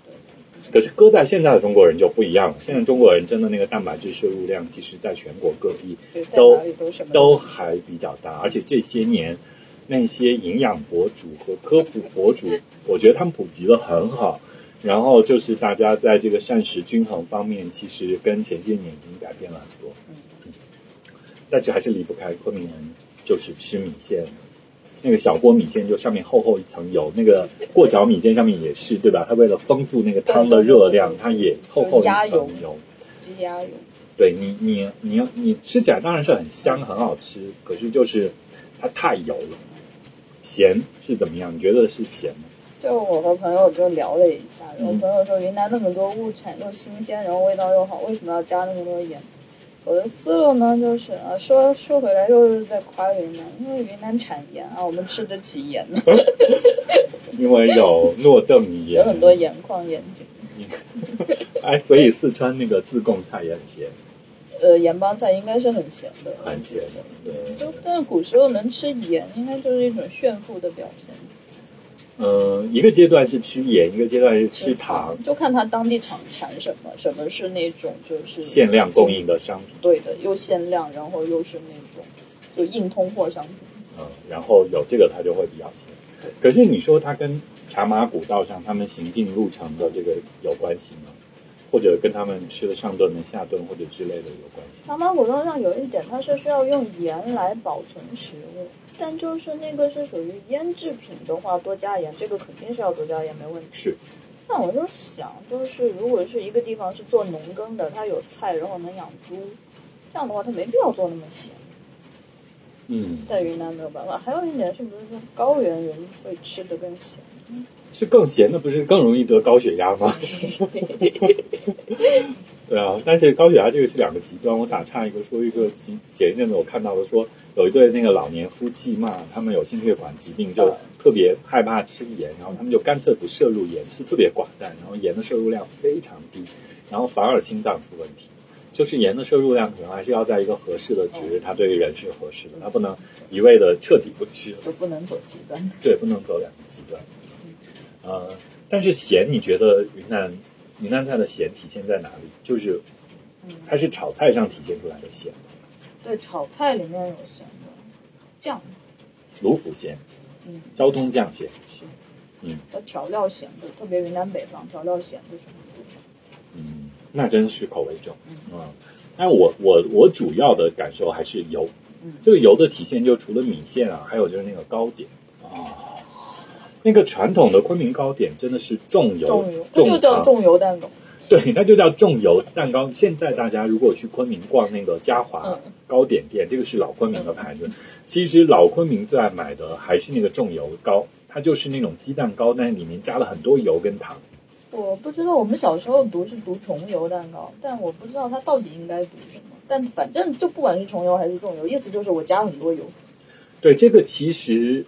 [SPEAKER 1] 可是搁在现在的中国人就不一样了，现在中国人真的那个蛋白质摄入量，其实在全国各地
[SPEAKER 2] 对，在
[SPEAKER 1] 都
[SPEAKER 2] 哪里都什么
[SPEAKER 1] 都还比较大，而且这些年那些营养博主和科普博主，我觉得他们普及的很好。然后就是大家在这个膳食均衡方面，其实跟前些年已经改变了很多，
[SPEAKER 2] 嗯
[SPEAKER 1] 但是还是离不开昆明人就是吃米线，那个小锅米线就上面厚厚一层油，那个过桥米线上面也是对吧？它为了封住那个汤的热量，它也厚厚一
[SPEAKER 2] 压
[SPEAKER 1] 层
[SPEAKER 2] 油
[SPEAKER 1] 油。
[SPEAKER 2] 鸡鸭油，
[SPEAKER 1] 对你，你你你吃起来当然是很香很好吃，可是就是它太油了。咸是怎么样？你觉得是咸吗？
[SPEAKER 2] 就我和朋友就聊了一下，然后
[SPEAKER 1] 嗯
[SPEAKER 2] 朋友说云南那么多物产又新鲜，然后味道又好，为什么要加那么多盐？我的思路呢，就是啊，说说回来又是在夸云南，因为云南产盐啊，我们吃得起盐，啊
[SPEAKER 1] 嗯因为有诺邓米
[SPEAKER 2] 有
[SPEAKER 1] 盐，
[SPEAKER 2] 很多盐矿、盐井。
[SPEAKER 1] 哎，所以四川那个自贡菜也很咸。
[SPEAKER 2] 呃盐帮菜应该是很咸的，
[SPEAKER 1] 蛮咸的，对。
[SPEAKER 2] 就但古时候能吃盐，应该就是一种炫富的表现。
[SPEAKER 1] 嗯，一个阶段是吃盐，一个阶段是吃糖，
[SPEAKER 2] 就看它当地产产什么，什么是那种就是
[SPEAKER 1] 限量供应的商品，
[SPEAKER 2] 对的，又限量，然后又是那种就硬通货商品。
[SPEAKER 1] 嗯，然后有这个它就会比较咸。可是你说它跟茶马古道上他们行进路程的这个有关系吗？或者跟他们吃的上顿没下顿或者之类的有关系吗？
[SPEAKER 2] 长毛果冻上有一点，它是需要用盐来保存食物，但就是那个是属于腌制品的话，多加盐，这个肯定是要多加盐，没问题。
[SPEAKER 1] 是，
[SPEAKER 2] 那我就想，就是如果是一个地方是做农耕的，它有菜，然后能养猪，这样的话它没必要做那么咸。
[SPEAKER 1] 嗯，
[SPEAKER 2] 在云南没有办法。还有一点是不是说高原人会吃的更咸？
[SPEAKER 1] 是更咸的，不是更容易得高血压吗？对啊，但是高血压这个是两个极端。我打岔一个，说一个极前一阵子我看到的说，有一对那个老年夫妻嘛，他们有心血管疾病，就特别害怕吃盐，然后他们就干脆不摄入盐，吃特别寡淡，然后盐的摄入量非常低，然后反而心脏出问题。就是盐的摄入量可能还是要在一个合适的值，它对于人是合适的，它不能一味的彻底不吃。
[SPEAKER 2] 就不能走极端。
[SPEAKER 1] 对，不能走两个极端。呃，但是咸，你觉得云南云南菜的咸体现在哪里？就是
[SPEAKER 2] 嗯，
[SPEAKER 1] 它是炒菜上体现出来的咸，
[SPEAKER 2] 对，炒菜里面有咸的酱，
[SPEAKER 1] 卢浮咸、
[SPEAKER 2] 嗯，
[SPEAKER 1] 昭通酱咸。
[SPEAKER 2] 是，
[SPEAKER 1] 嗯，
[SPEAKER 2] 要调料咸的，特别云南北方调料咸就是很多。
[SPEAKER 1] 嗯，那真是口味重。
[SPEAKER 2] 嗯
[SPEAKER 1] 嗯，但我我我主要的感受还是油，
[SPEAKER 2] 嗯，
[SPEAKER 1] 这个油的体现就除了米线啊，还有就是那个糕点啊。那个传统的昆明糕点真的是重油
[SPEAKER 2] 重油，它
[SPEAKER 1] 重
[SPEAKER 2] 就叫
[SPEAKER 1] 糖
[SPEAKER 2] 重油蛋糕。
[SPEAKER 1] 对，那就叫重油蛋糕。现在大家如果去昆明逛那个嘉华
[SPEAKER 2] 嗯
[SPEAKER 1] 糕点店，这个是老昆明的牌子。其实老昆明最爱买的还是那个重油糕，它就是那种鸡蛋糕，但是里面加了很多油跟糖。
[SPEAKER 2] 我不知道我们小时候读是读重油蛋糕，但我不知道它到底应该读什么。但反正就不管是重油还是重油，意思就是我加很多油。
[SPEAKER 1] 对，这个其实，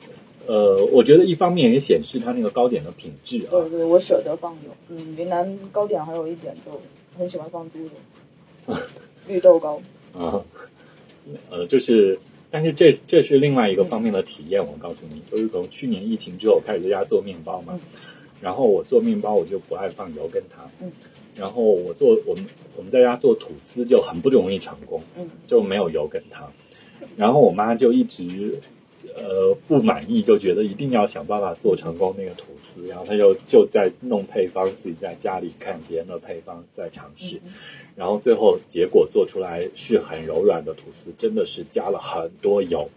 [SPEAKER 1] 呃，我觉得一方面也显示它那个糕点的品质啊
[SPEAKER 2] 对，对，我舍得放油。嗯，云南糕点还有一点就很喜欢放猪油， 绿豆糕。
[SPEAKER 1] 啊，呃，就是，但是这这是另外一个方面的体验。我告诉你，就是从去年疫情之后开始在家做面包嘛，然后我做面包我就不爱放油跟糖，
[SPEAKER 2] 嗯，
[SPEAKER 1] 然后我做我们我们在家做吐司就很不容易成功，
[SPEAKER 2] 嗯，
[SPEAKER 1] 就没有油跟糖，然后我妈就一直。呃，不满意就觉得一定要想办法做成功那个吐司，然后她就就在弄配方，自己在家里看别人的配方在尝试，
[SPEAKER 2] 嗯
[SPEAKER 1] 然后最后结果做出来是很柔软的吐司，真的是加了很多油。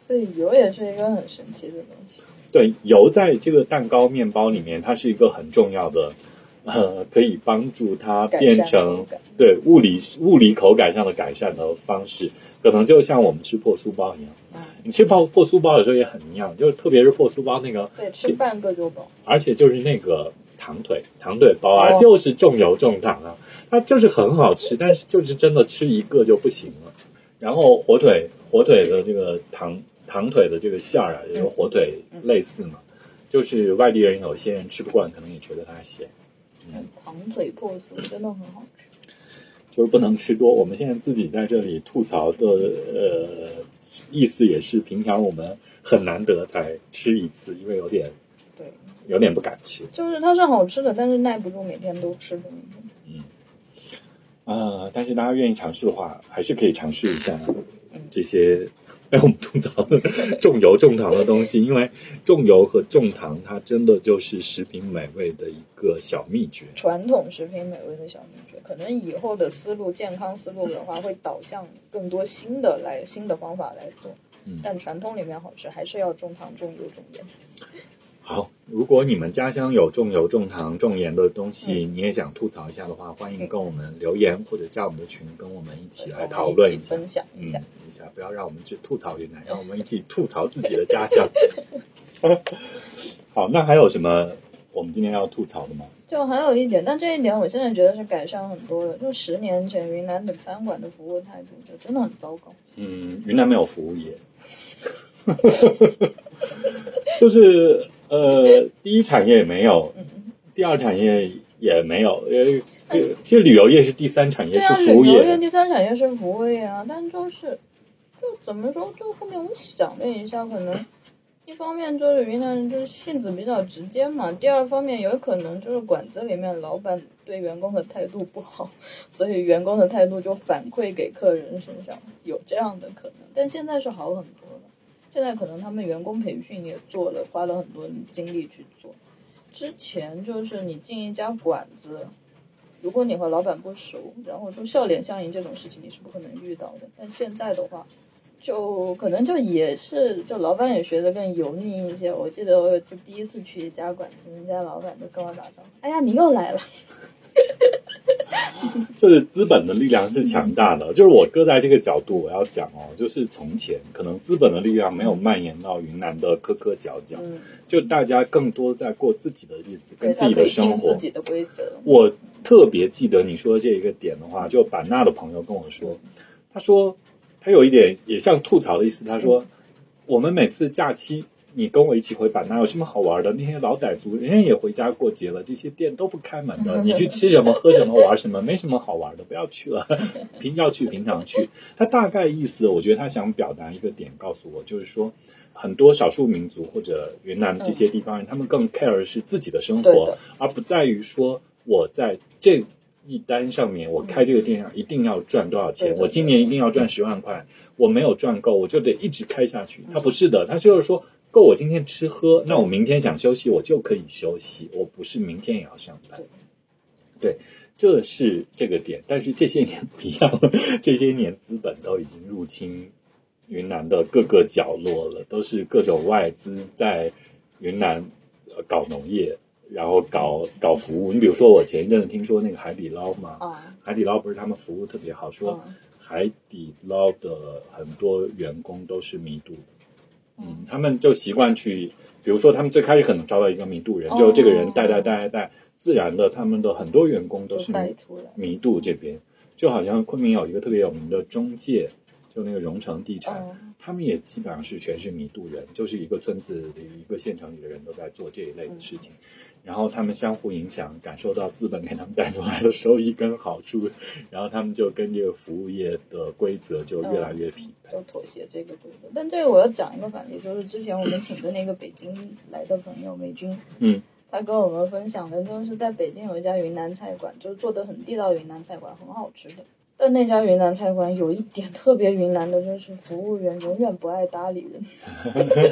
[SPEAKER 2] 所以油也是一个很神奇的东西。
[SPEAKER 1] 对，油在这个蛋糕、面包里面，它是一个很重要的，呃，可以帮助它
[SPEAKER 2] 改善
[SPEAKER 1] 变
[SPEAKER 2] 口
[SPEAKER 1] 成
[SPEAKER 2] 感
[SPEAKER 1] 对物理物理口感上的改善的方式。可能就像我们吃破酥包一样，
[SPEAKER 2] 嗯，
[SPEAKER 1] 你吃破破酥包有时候也很一样，就是特别是破酥包那个，
[SPEAKER 2] 对，吃半个就饱。
[SPEAKER 1] 而且就是那个糖腿糖腿包啊，
[SPEAKER 2] 哦
[SPEAKER 1] 就是重油重糖啊，它就是很好吃，但是就是真的吃一个就不行了。然后火腿火腿的这个糖糖腿的这个馅儿啊，就是火腿类似嘛，就是外地人有些人吃不惯，可能也觉得它咸，嗯，
[SPEAKER 2] 糖腿破酥真的很好吃。
[SPEAKER 1] 就是不能吃多。我们现在自己在这里吐槽的呃意思也是，平常我们很难得才吃一次，因为有点
[SPEAKER 2] 对，
[SPEAKER 1] 有点不敢吃。
[SPEAKER 2] 就是它是好吃的，但是耐不住每天都吃的那种。
[SPEAKER 1] 嗯，呃，但是大家愿意尝试的话，还是可以尝试一下这些 被我们吐槽的重油重糖的东西，因为重油和重糖它真的就是食品美味的一个小秘诀。
[SPEAKER 2] 传统食品美味的小秘诀，可能以后的思路、健康思路的话，会导向更多新的来新的方法来做。
[SPEAKER 1] 嗯
[SPEAKER 2] 但传统里面好吃还是要重糖、重油、重盐。
[SPEAKER 1] 好，如果你们家乡有重油、重糖、重盐的东西，你也想吐槽一下的话，欢迎跟我们留言或者加我们的群，跟我们一起来讨
[SPEAKER 2] 我
[SPEAKER 1] 论
[SPEAKER 2] 们一
[SPEAKER 1] 一
[SPEAKER 2] 起
[SPEAKER 1] 下。
[SPEAKER 2] 分享一
[SPEAKER 1] 嗯
[SPEAKER 2] 下。，
[SPEAKER 1] 一下，不要让我们去吐槽云南，让我们一起吐槽自己的家乡。 好，那还有什么我们今天要吐槽的吗？
[SPEAKER 2] 就还有一点，但这一点我现在觉得是改善很多了。就十年前云南的餐馆的服务态度就真的很糟糕。
[SPEAKER 1] 嗯，云南没有服务业，就是呃，第一产业也没有，
[SPEAKER 2] 嗯，
[SPEAKER 1] 第二产业也没有，呃，这旅游业是第三产业，
[SPEAKER 2] 嗯对啊，
[SPEAKER 1] 是
[SPEAKER 2] 旅
[SPEAKER 1] 服务
[SPEAKER 2] 游
[SPEAKER 1] 业
[SPEAKER 2] 业第三产业是服务业啊，但就是就怎么说，就后面我们想了一下，可能一方面就是云南人就是性子比较直接嘛，第二方面有可能就是馆子里面老板对员工的态度不好， 所以员工的态度就反馈给客人身上，有这样的可能。但现在是好很多了，现在可能他们员工培训也做了，花了很多精力去做。之前就是你进一家馆子，如果你和老板不熟，然后说笑脸相迎这种事情，你是不可能遇到的。但现在的话，就可能就也是，就老板也学得更油腻一些。我记得我有一次第一次去一家馆子，人家老板就跟我打招呼：“哎呀，你又来了。
[SPEAKER 1] 就是资本的力量是强大的。就是我搁在这个角度，我要讲哦，就是从前可能资本的力量没有蔓延到云南的磕磕角”角，
[SPEAKER 2] 嗯，
[SPEAKER 1] 就大家更多在过自己的日子，
[SPEAKER 2] 对
[SPEAKER 1] 跟自
[SPEAKER 2] 他
[SPEAKER 1] 己
[SPEAKER 2] 可
[SPEAKER 1] 的
[SPEAKER 2] 以定
[SPEAKER 1] 生活
[SPEAKER 2] 自。己的规则。
[SPEAKER 1] 我特别记得你说这一个点的话，就版纳的朋友跟我说，他说他有一点也像吐槽的意思，他
[SPEAKER 2] 嗯
[SPEAKER 1] 说我们每次假期。你跟我一起回版纳有什么好玩的？那些老傣族人家也回家过节了，这些店都不开门 的。你去吃什么、喝什么、玩什么，没什么好玩的，不要去了。 平要去平常 去。他大概意思，我觉得他想表达一个点，告诉我就是说，很多少数民族或者云南这些地方人，他们更 care 是自己的生
[SPEAKER 2] 嗯对
[SPEAKER 1] 活，
[SPEAKER 2] 的
[SPEAKER 1] 而不在于说我在这一单上面，我开这个店上一定要赚多少钱，
[SPEAKER 2] 嗯对对
[SPEAKER 1] 我今年一定要赚十万块，我没有赚够，我就得一直开下去。他不
[SPEAKER 2] 嗯
[SPEAKER 1] 是的，他就是说。够我今天吃喝，那我明天想休息，我就可以休息，我不是明天也要上班。对，这是这个点，但是这些年 不一样了，这些年资本都已经入侵云南的各个角落了，都是各种外资在云南呃搞农业，然后搞搞服务。你比如说，我前一阵子听说那个海底捞嘛，
[SPEAKER 2] 啊，
[SPEAKER 1] 海底捞不是他们服务特别好，说
[SPEAKER 2] 嗯
[SPEAKER 1] 海底捞的很多员工都是迷肚的，嗯
[SPEAKER 2] 嗯，
[SPEAKER 1] 他们就习惯去，比如说他们最开始可能招到一个迷肚人，
[SPEAKER 2] 哦
[SPEAKER 1] 就这个人带带带带带，自然的他们的很多员工都
[SPEAKER 2] 就是带
[SPEAKER 1] 迷
[SPEAKER 2] 出来。
[SPEAKER 1] 迷肚这边，就好像昆明有一个特别有名的中介，就那个荣成地产，
[SPEAKER 2] 嗯
[SPEAKER 1] 他们也基本上是全是迷渡人，就是一个村子里一个县城里的人都在做这一类的事情，然后他们相互影响，感受到资本给他们带出来的收益跟好处，然后他们就跟这个服务业的规则就越来越匹配。
[SPEAKER 2] 就妥协这个规则，但这个我要讲一个反例，就是之前我们请的那个北京来的朋友美军，
[SPEAKER 1] 嗯，
[SPEAKER 2] 他跟我们分享的就是在北京有一家云南菜馆，就是做的很地道的云南菜馆，很好吃的。但那家云南菜馆有一点特别云南的，就是服务员永远不爱搭理人。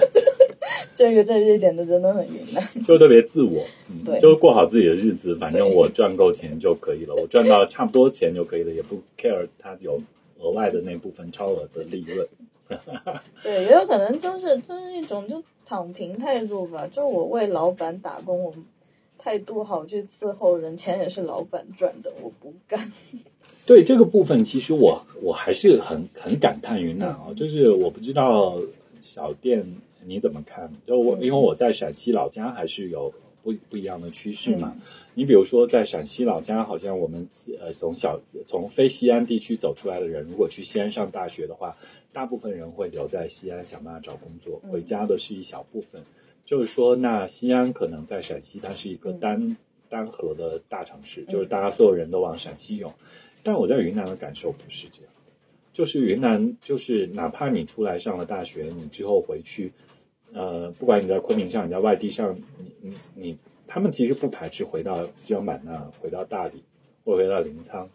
[SPEAKER 2] 这个这一点的真的很云南。
[SPEAKER 1] 就特别自我，嗯，
[SPEAKER 2] 对
[SPEAKER 1] 就过好自己的日子，反正我赚够钱就可以了，我赚到差不多钱就可以了，也不 care 他有额外的那部分超额的利润。
[SPEAKER 2] 对，也有可能就是就是一种就躺平态度吧，就我为老板打工，我态度好去伺候人，钱也是老板赚的，我不干。
[SPEAKER 1] 对这个部分，其实我我还是很很感叹云南啊、
[SPEAKER 2] 嗯
[SPEAKER 1] 就是我不知道小店你怎么看？就我
[SPEAKER 2] 嗯
[SPEAKER 1] 因为我在陕西老家还是有不不一样的趋势嘛。
[SPEAKER 2] 嗯
[SPEAKER 1] 你比如说在陕西老家，好像我们呃从小从非西安地区走出来的人，如果去西安上大学的话，大部分人会留在西安想办法找工作，
[SPEAKER 2] 嗯
[SPEAKER 1] 回家的是一小部分。就是说，那西安可能在陕西，它是一个
[SPEAKER 2] 嗯
[SPEAKER 1] 单、单核的大城市，
[SPEAKER 2] 嗯
[SPEAKER 1] 就是大家所有人都往陕西涌。但我在云南的感受不是这样，就是云南，就是哪怕你出来上了大学，你之后回去，呃，不管你在昆明上，你在外地上，你你你，他们其实不排斥回到西双版纳，回到大理，或回到临沧，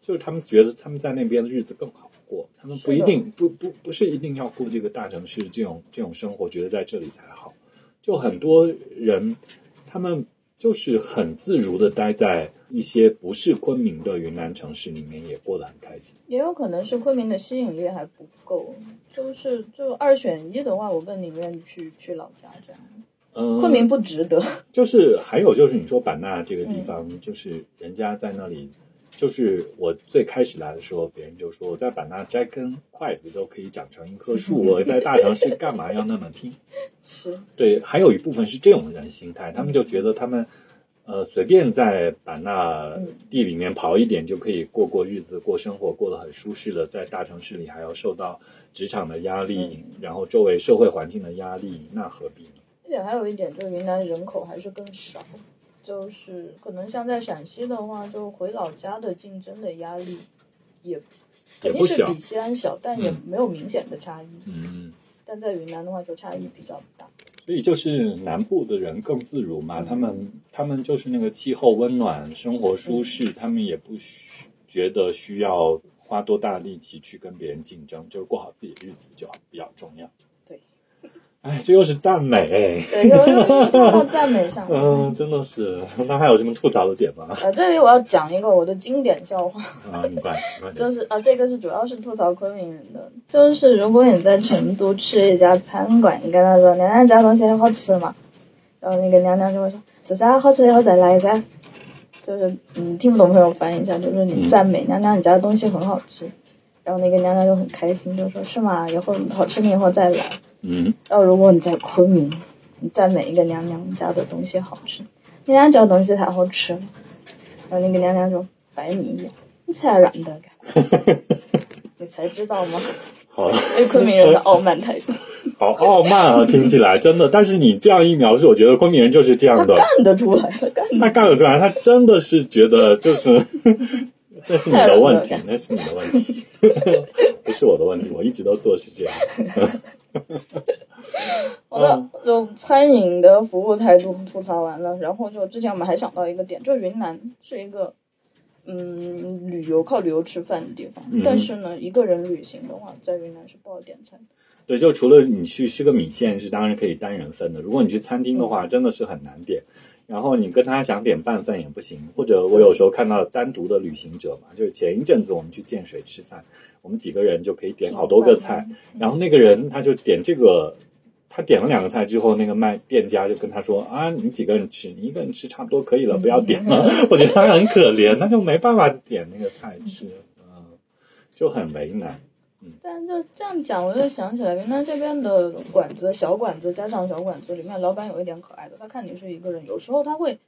[SPEAKER 1] 就是他们觉得他们在那边的日子更好过，他们不
[SPEAKER 2] 是
[SPEAKER 1] 一
[SPEAKER 2] 的
[SPEAKER 1] 定不不不是一定要过这个大城市这种这种生活，觉得在这里才好。就很多人，他们就是很自如的待在一些不是昆明的云南城市里面，也过得很开心。
[SPEAKER 2] 也有可能是昆明的吸引力还不够，就是就二选一的话，我更宁愿去去老家这样。
[SPEAKER 1] 嗯，
[SPEAKER 2] 昆明不值得，
[SPEAKER 1] 就是还有就是你说版纳这个地方，就是人家在那里，就是我最开始来的时候，别人就说我在版纳摘根筷子都可以长成一棵树，我在大城市干嘛要那么拼？
[SPEAKER 2] 是
[SPEAKER 1] 对，还有一部分是这种人心态，他们就觉得他们，呃，随便在版纳
[SPEAKER 2] 嗯
[SPEAKER 1] 地里面刨一点就可以过过日子、过生活，过得很舒适的，在大城市里还要受到职场的压力，
[SPEAKER 2] 嗯
[SPEAKER 1] 然后周围社会环境的压力，那何必呢？
[SPEAKER 2] 而且还有一点就是云南人口还是更少，就是可能像在陕西的话，就回老家的竞争的压力也
[SPEAKER 1] 也
[SPEAKER 2] 肯定
[SPEAKER 1] 不
[SPEAKER 2] 是
[SPEAKER 1] 小
[SPEAKER 2] 比。西安小，但也
[SPEAKER 1] 嗯
[SPEAKER 2] 没有明显的差异。
[SPEAKER 1] 嗯，
[SPEAKER 2] 但在云南的话，就差异比较大。
[SPEAKER 1] 所以就是南部的人更自如嘛，
[SPEAKER 2] 嗯
[SPEAKER 1] 他们他们就是那个气候温暖，生活舒适，
[SPEAKER 2] 嗯
[SPEAKER 1] 他们也不需觉得需要花多大力气去跟别人竞争，就是过好自己的日子就好，比较重要。
[SPEAKER 2] 对，
[SPEAKER 1] 哎，这又是赞美，
[SPEAKER 2] 对，又又跳到赞美上了。
[SPEAKER 1] 嗯、真的是。那还有什么吐槽的点吗？
[SPEAKER 2] 呃，这里我要讲一个我的经典笑话，
[SPEAKER 1] 啊，你快，你快点。
[SPEAKER 2] 就是啊，这个是主要是吐槽昆明人的，就是如果你在成都吃一家餐馆，你跟他说娘娘家东西好吃嘛，然后那个娘娘就会说这啥好吃以后再来噻，就是嗯听不懂朋友翻译一下，就是你
[SPEAKER 1] 嗯
[SPEAKER 2] 赞美娘娘你家的东西很好吃，然后那个娘娘就很开心，就说是吗？以后好吃你以后再来。
[SPEAKER 1] 嗯，
[SPEAKER 2] 然后如果你在昆明，你赞美一个娘娘家的东西好吃，娘娘家的东西太好吃了，然后那个娘娘就白你一眼，你才懒得干， 你才知道吗？
[SPEAKER 1] 好，
[SPEAKER 2] 对昆明人的傲慢态度，
[SPEAKER 1] 好傲慢啊，听起来真的。但是你这样一描述，我觉得昆明人就是这
[SPEAKER 2] 他
[SPEAKER 1] 样的。
[SPEAKER 2] 干得出来了， 干
[SPEAKER 1] 他干得出来，他真的是觉得就是，这是你的问题
[SPEAKER 2] 太，
[SPEAKER 1] 那是你的问题，不是我的问题，我一直都做是这样。
[SPEAKER 2] 好
[SPEAKER 1] 嗯
[SPEAKER 2] 的，就餐饮的服务态度吐槽完了，然后就之前我们还想到一个点，就云南是一个，嗯，旅游靠旅游吃饭的地方，
[SPEAKER 1] 嗯
[SPEAKER 2] 但是呢，一个人旅行的话，在云南是不好点餐的。
[SPEAKER 1] 对，就除了你去吃个米线是当然可以单人份的，如果你去餐厅的话，真的是很难点。然后你跟他想点半份也不行，或者我有时候看到单独的旅行者嘛，就是前一阵子我们去建水吃饭，我们几个人就可以点好多个菜，，然后那个人他就点这个，他点了两个菜之后，那个卖店家就跟他说啊，你几个人吃，你一个人吃差不多可以了，不要点了。 我觉得他很可怜，他就没办法点那个菜吃，嗯，就很为难。
[SPEAKER 2] 但就这样讲，我就想起来，云南这边的馆子、小馆子、家长小馆子里面，老板有一点可爱的，他看你是一个人，有时候他会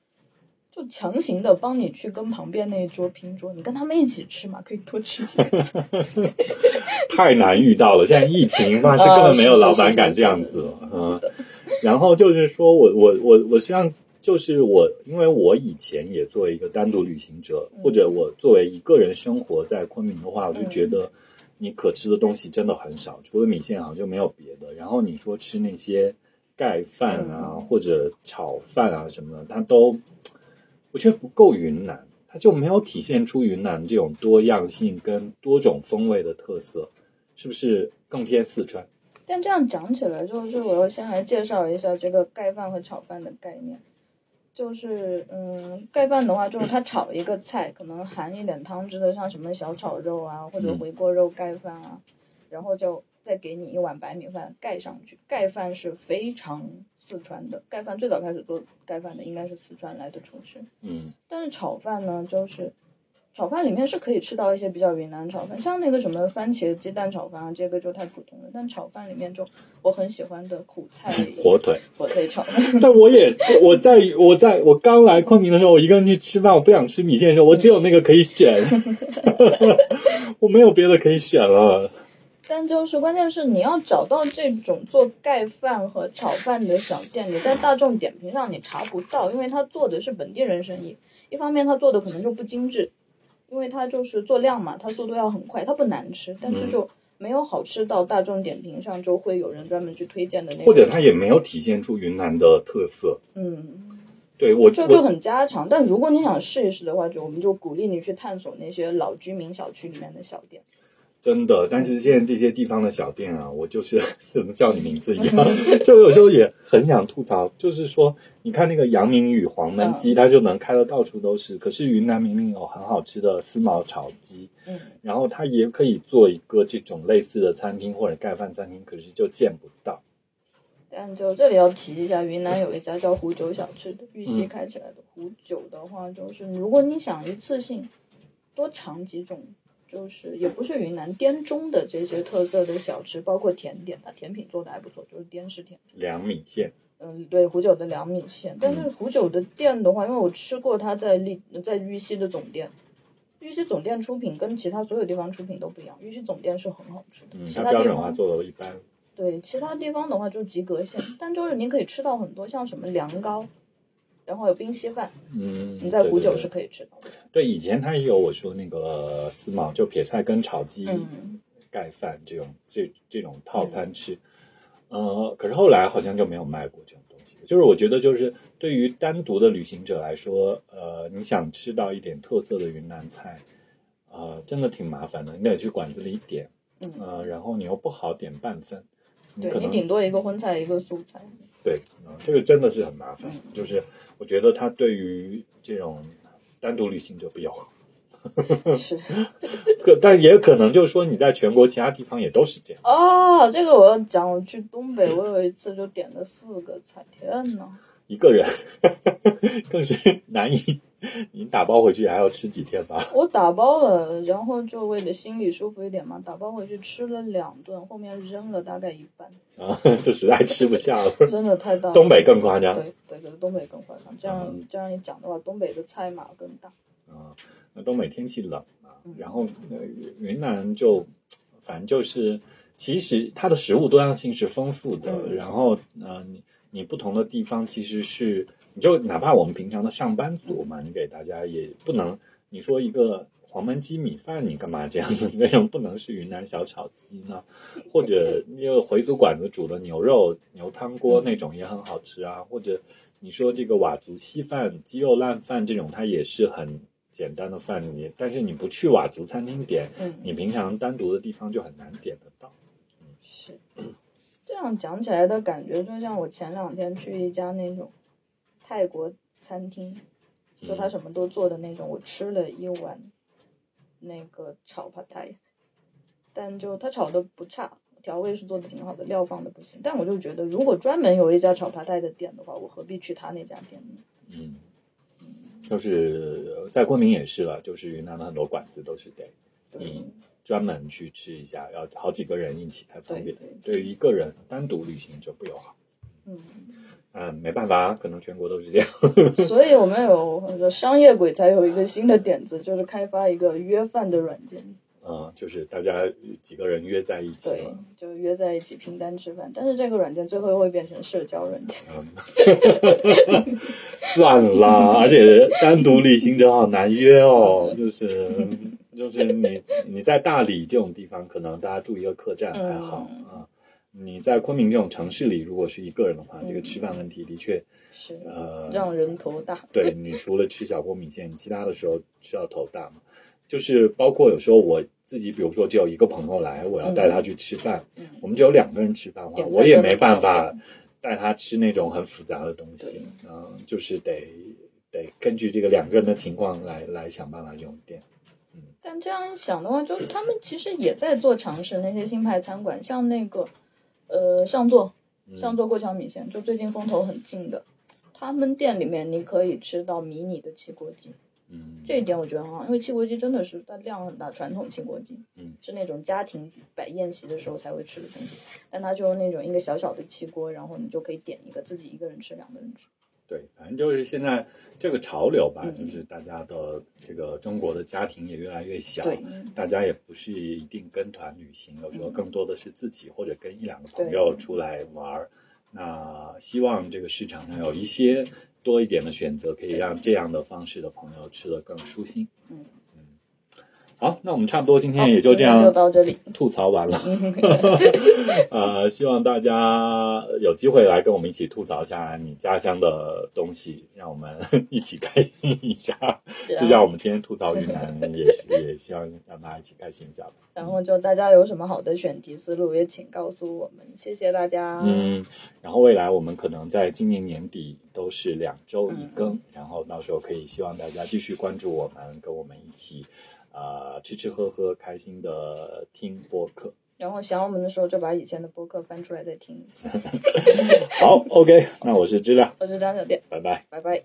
[SPEAKER 2] 就强行的帮你去跟旁边那一桌拼桌，你跟他们一起吃嘛，可以多吃几个。
[SPEAKER 1] 太难遇到了，现在疫情嘛，是根本没有老板敢这样子了，嗯
[SPEAKER 2] 是。的，
[SPEAKER 1] 然后就是说我我我我实际上就是我，因为我以前也作为一个单独旅行者，
[SPEAKER 2] 嗯
[SPEAKER 1] 或者我作为一个人生活在昆明的话，我就
[SPEAKER 2] 嗯
[SPEAKER 1] 觉得你可吃的东西真的很少，除了米线好像就没有别的。然后你说吃那些盖饭啊、
[SPEAKER 2] 嗯
[SPEAKER 1] 或者炒饭啊什么的，它都我觉得不够云南，它就没有体现出云南这种多样性跟多种风味的特色，是不是更偏四川？
[SPEAKER 2] 但这样讲起来，就是我要先来介绍一下这个盖饭和炒饭的概念。就是，嗯，盖饭的话，就是它炒一个菜，可能含一点汤汁的，像什么小炒肉啊，或者
[SPEAKER 1] 嗯
[SPEAKER 2] 回锅肉盖饭啊，然后就再给你一碗白米饭盖上去。盖饭是非常四川的，盖饭最早开始做盖饭的应该是四川来的厨师。
[SPEAKER 1] 嗯
[SPEAKER 2] 但是炒饭呢，就是炒饭里面是可以吃到一些比较云南炒饭，像那个什么番茄鸡蛋炒饭啊，这个就太普通了。但炒饭里面就我很喜欢的苦菜
[SPEAKER 1] 嗯火腿。
[SPEAKER 2] 火腿炒饭，
[SPEAKER 1] 但我也我在我在我刚来昆明的时候，我一个人去吃饭，我不想吃米线的时候，我只有那个可以选，我没有别的可以选了。
[SPEAKER 2] 但就是关键是你要找到这种做盖饭和炒饭的小店，你在大众点评上你查不到，因为他做的是本地人生意。一方面他做的可能就不精致，因为他就是做量嘛，他速度要很快，它不难吃，但
[SPEAKER 1] 嗯
[SPEAKER 2] 是就没有好吃到大众点评上就会有人专门去推荐的那种。
[SPEAKER 1] 或者它也没有体现出云南的特色。
[SPEAKER 2] 嗯，
[SPEAKER 1] 对我
[SPEAKER 2] 就就
[SPEAKER 1] 我
[SPEAKER 2] 很家常。但如果你想试一试的话，就我们就鼓励你去探索那些老居民小区里面的小店。
[SPEAKER 1] 真的，但是现在这些地方的小店啊，
[SPEAKER 2] 嗯
[SPEAKER 1] 我就是 怎么叫你名字一 样，就有时候也很想吐槽，就是说，你看那个杨明宇黄焖
[SPEAKER 2] 嗯
[SPEAKER 1] 鸡，它就能开的到处都是，可是云南明明有很好吃的丝毛炒鸡，
[SPEAKER 2] 嗯，
[SPEAKER 1] 然后它也可以做一个这种类似的餐厅或者盖饭餐厅，可是就见不到。
[SPEAKER 2] 但就这里要提一下，云南有一家叫湖酒小吃的，玉
[SPEAKER 1] 嗯
[SPEAKER 2] 溪开起来的。湖酒的话，就是如果你想一次性多尝几种，就是也不是云南滇中的这些特色的小吃，包括甜点，它甜品做的还不错，就是滇式甜品。
[SPEAKER 1] 凉米线，
[SPEAKER 2] 嗯，对，湖酒的凉米线，但
[SPEAKER 1] 嗯
[SPEAKER 2] 是湖酒的店的话，因为我吃过它在丽在玉溪的总店，玉溪总店出品跟其他所有地方出品都不一样，玉溪总店是很好吃的，
[SPEAKER 1] 嗯，
[SPEAKER 2] 其
[SPEAKER 1] 它
[SPEAKER 2] 他
[SPEAKER 1] 标
[SPEAKER 2] 地
[SPEAKER 1] 准化
[SPEAKER 2] 方
[SPEAKER 1] 做的一般。
[SPEAKER 2] 对其他地方的话就及格线，但就是你可以吃到很多像什么凉糕，然后有冰稀饭，
[SPEAKER 1] 嗯，
[SPEAKER 2] 你在
[SPEAKER 1] 对
[SPEAKER 2] 湖
[SPEAKER 1] 对
[SPEAKER 2] 九
[SPEAKER 1] 对
[SPEAKER 2] 是可以吃到的。
[SPEAKER 1] 对以前它也有我说那个丝毛，就撇菜跟炒鸡
[SPEAKER 2] 嗯，
[SPEAKER 1] 盖饭这种这这种套餐吃，呃，可是后来好像就没有卖过这种东西。就是我觉得，就是对于单独的旅行者来说，呃，你想吃到一点特色的云南菜，呃，真的挺麻烦的，你得去馆子里点，
[SPEAKER 2] 嗯
[SPEAKER 1] 呃，然后你又不好点半份，你可
[SPEAKER 2] 对你
[SPEAKER 1] 能
[SPEAKER 2] 顶多一个荤菜一个素菜。
[SPEAKER 1] 对，嗯这个真的是很麻烦
[SPEAKER 2] 嗯。
[SPEAKER 1] 就是我觉得它对于这种单独旅行者不友好，嗯
[SPEAKER 2] 是
[SPEAKER 1] 可但也可能就是说你在全国其他地方也都是这样。
[SPEAKER 2] 哦，这个我要讲，我去东北，我有一次就点了四个菜，天呐，
[SPEAKER 1] 一个人， 更是难以。你打包回去还要吃几天吧？
[SPEAKER 2] 我打包了，然后就为了心里舒服一点嘛，打包回去吃了两顿，后面扔了大概一半，
[SPEAKER 1] 啊，就实在吃不下了。
[SPEAKER 2] 真的太大了。
[SPEAKER 1] 嗯东北更夸张
[SPEAKER 2] 对对对，东北更夸张。这样
[SPEAKER 1] 嗯
[SPEAKER 2] 这样一讲的话，东北的菜码更大。
[SPEAKER 1] 啊，那东北天气冷啊
[SPEAKER 2] 嗯，
[SPEAKER 1] 然后呃云南就反正就是，其实它的食物多样性是丰富的，
[SPEAKER 2] 嗯
[SPEAKER 1] 然后呃你你不同的地方其实是你就哪怕我们平常的上班族嘛，你给大家也不能你说一个。黄焖鸡米饭，你干嘛这样子？ 为什么不能是云南小炒鸡呢？或者那个回族馆子煮的牛肉、牛汤锅那种也很好吃啊。或者你说这个佤族稀饭、鸡肉烂饭这种，它也是很简单的饭，你但是你不去佤族餐厅点，
[SPEAKER 2] 嗯，
[SPEAKER 1] 你平常单独的地方就很难点得到。
[SPEAKER 2] 是。这样讲起来的感觉，就像我前两天去一家那种泰国餐厅，就他
[SPEAKER 1] 嗯
[SPEAKER 2] 什么都做的那种，我吃了一碗那个炒 p a 但就他炒的不差，调味是做的挺好的，料放的不行。但我就觉得，如果专门有一家炒 p a 的店的话，我何必去他那家店呢？
[SPEAKER 1] 嗯，就是呃在昆明也是了，就是云南的很多馆子都是得
[SPEAKER 2] 对
[SPEAKER 1] 嗯专门去吃一下，要好几个人一起才方
[SPEAKER 2] 对
[SPEAKER 1] 便。
[SPEAKER 2] 对，
[SPEAKER 1] 对于一个人单独旅行就不友好。
[SPEAKER 2] 嗯，
[SPEAKER 1] 嗯，没办法，可能全国都是这样。
[SPEAKER 2] 所以我们有呃商业鬼才有一个新的点子，就是开发一个约饭的软件。
[SPEAKER 1] 嗯，就是大家几个人约在一起
[SPEAKER 2] 对
[SPEAKER 1] 嘛。，
[SPEAKER 2] 就约在一起拼单吃饭，但是这个软件最后又会变成社交软件。
[SPEAKER 1] 嗯，算啦，而且单独旅行者好难约哦，就是就是你你在大理这种地方，可能大家住一个客栈还好啊、
[SPEAKER 2] 嗯
[SPEAKER 1] 你在昆明这种城市里，如果是一个人的话，
[SPEAKER 2] 嗯
[SPEAKER 1] 这个吃饭问题的确，
[SPEAKER 2] 是
[SPEAKER 1] 呃，
[SPEAKER 2] 让人头大。
[SPEAKER 1] 对你除了吃小锅米线，你其他的时候吃到头大嘛。就是包括有时候我自己，比如说只有一个朋友来，我要带他去吃饭，
[SPEAKER 2] 嗯，
[SPEAKER 1] 我们只有两个人吃饭的话，
[SPEAKER 2] 点菜
[SPEAKER 1] 我也
[SPEAKER 2] 跟
[SPEAKER 1] 没办
[SPEAKER 2] 饭
[SPEAKER 1] 法
[SPEAKER 2] 店
[SPEAKER 1] 带他吃那种很复杂的东西，嗯，就是得得根据这个两个人的情况来来想办法这种店。
[SPEAKER 2] 但这样一想的话，就是他们其实也在做尝试。那些新派餐馆，像那个呃上座
[SPEAKER 1] 嗯
[SPEAKER 2] 上座过桥米线，就最近风头很劲的，他们店里面你可以吃到迷你的汽锅鸡。
[SPEAKER 1] 嗯，
[SPEAKER 2] 这一点我觉得很好，因为汽锅鸡真的是它量很大，传统汽锅鸡，
[SPEAKER 1] 嗯，
[SPEAKER 2] 是那种家庭摆宴席的时候才会吃的东西，但它就是那种一个小小的汽锅，然后你就可以点一个自己一个人吃，两个人吃，
[SPEAKER 1] 对，反正就是现在这个潮流吧，
[SPEAKER 2] 嗯
[SPEAKER 1] 就是大家的这个中国的家庭也越来越小，
[SPEAKER 2] 对，
[SPEAKER 1] 大家也不是一定跟团旅行，有时候
[SPEAKER 2] 嗯
[SPEAKER 1] 更多的是自己或者跟一两个
[SPEAKER 2] 对
[SPEAKER 1] 朋友出来玩儿。那希望这个市场上有一些多一点的选择，可以
[SPEAKER 2] 对
[SPEAKER 1] 让这样的方式的朋友吃得更舒心。
[SPEAKER 2] 嗯
[SPEAKER 1] 好，那我们差不多今
[SPEAKER 2] 好
[SPEAKER 1] 天也就这样
[SPEAKER 2] 今天就到这里，
[SPEAKER 1] 吐槽完 了。呃，希望大家有机会来跟我们一起吐槽一下你家乡的东西，让我们 一起开心一下。
[SPEAKER 2] 是啊
[SPEAKER 1] 就像我们今天吐槽云南，也是也希望让大家一起开心一下吧。
[SPEAKER 2] 然后就大家有什么好的选题思路，也请告诉我们，谢谢大家，，
[SPEAKER 1] 嗯，然后未来我们可能在今年年底都是两周一更，然后到时候可以希望大家继续关注我们，跟我们一起，呃，吃吃喝喝，开心的听播客。
[SPEAKER 2] 然后想我们的时候就把以前的播客翻 出来再听一次，
[SPEAKER 1] 好，OK，那我是知了，
[SPEAKER 2] 我是张小店，
[SPEAKER 1] 拜拜。
[SPEAKER 2] 拜拜。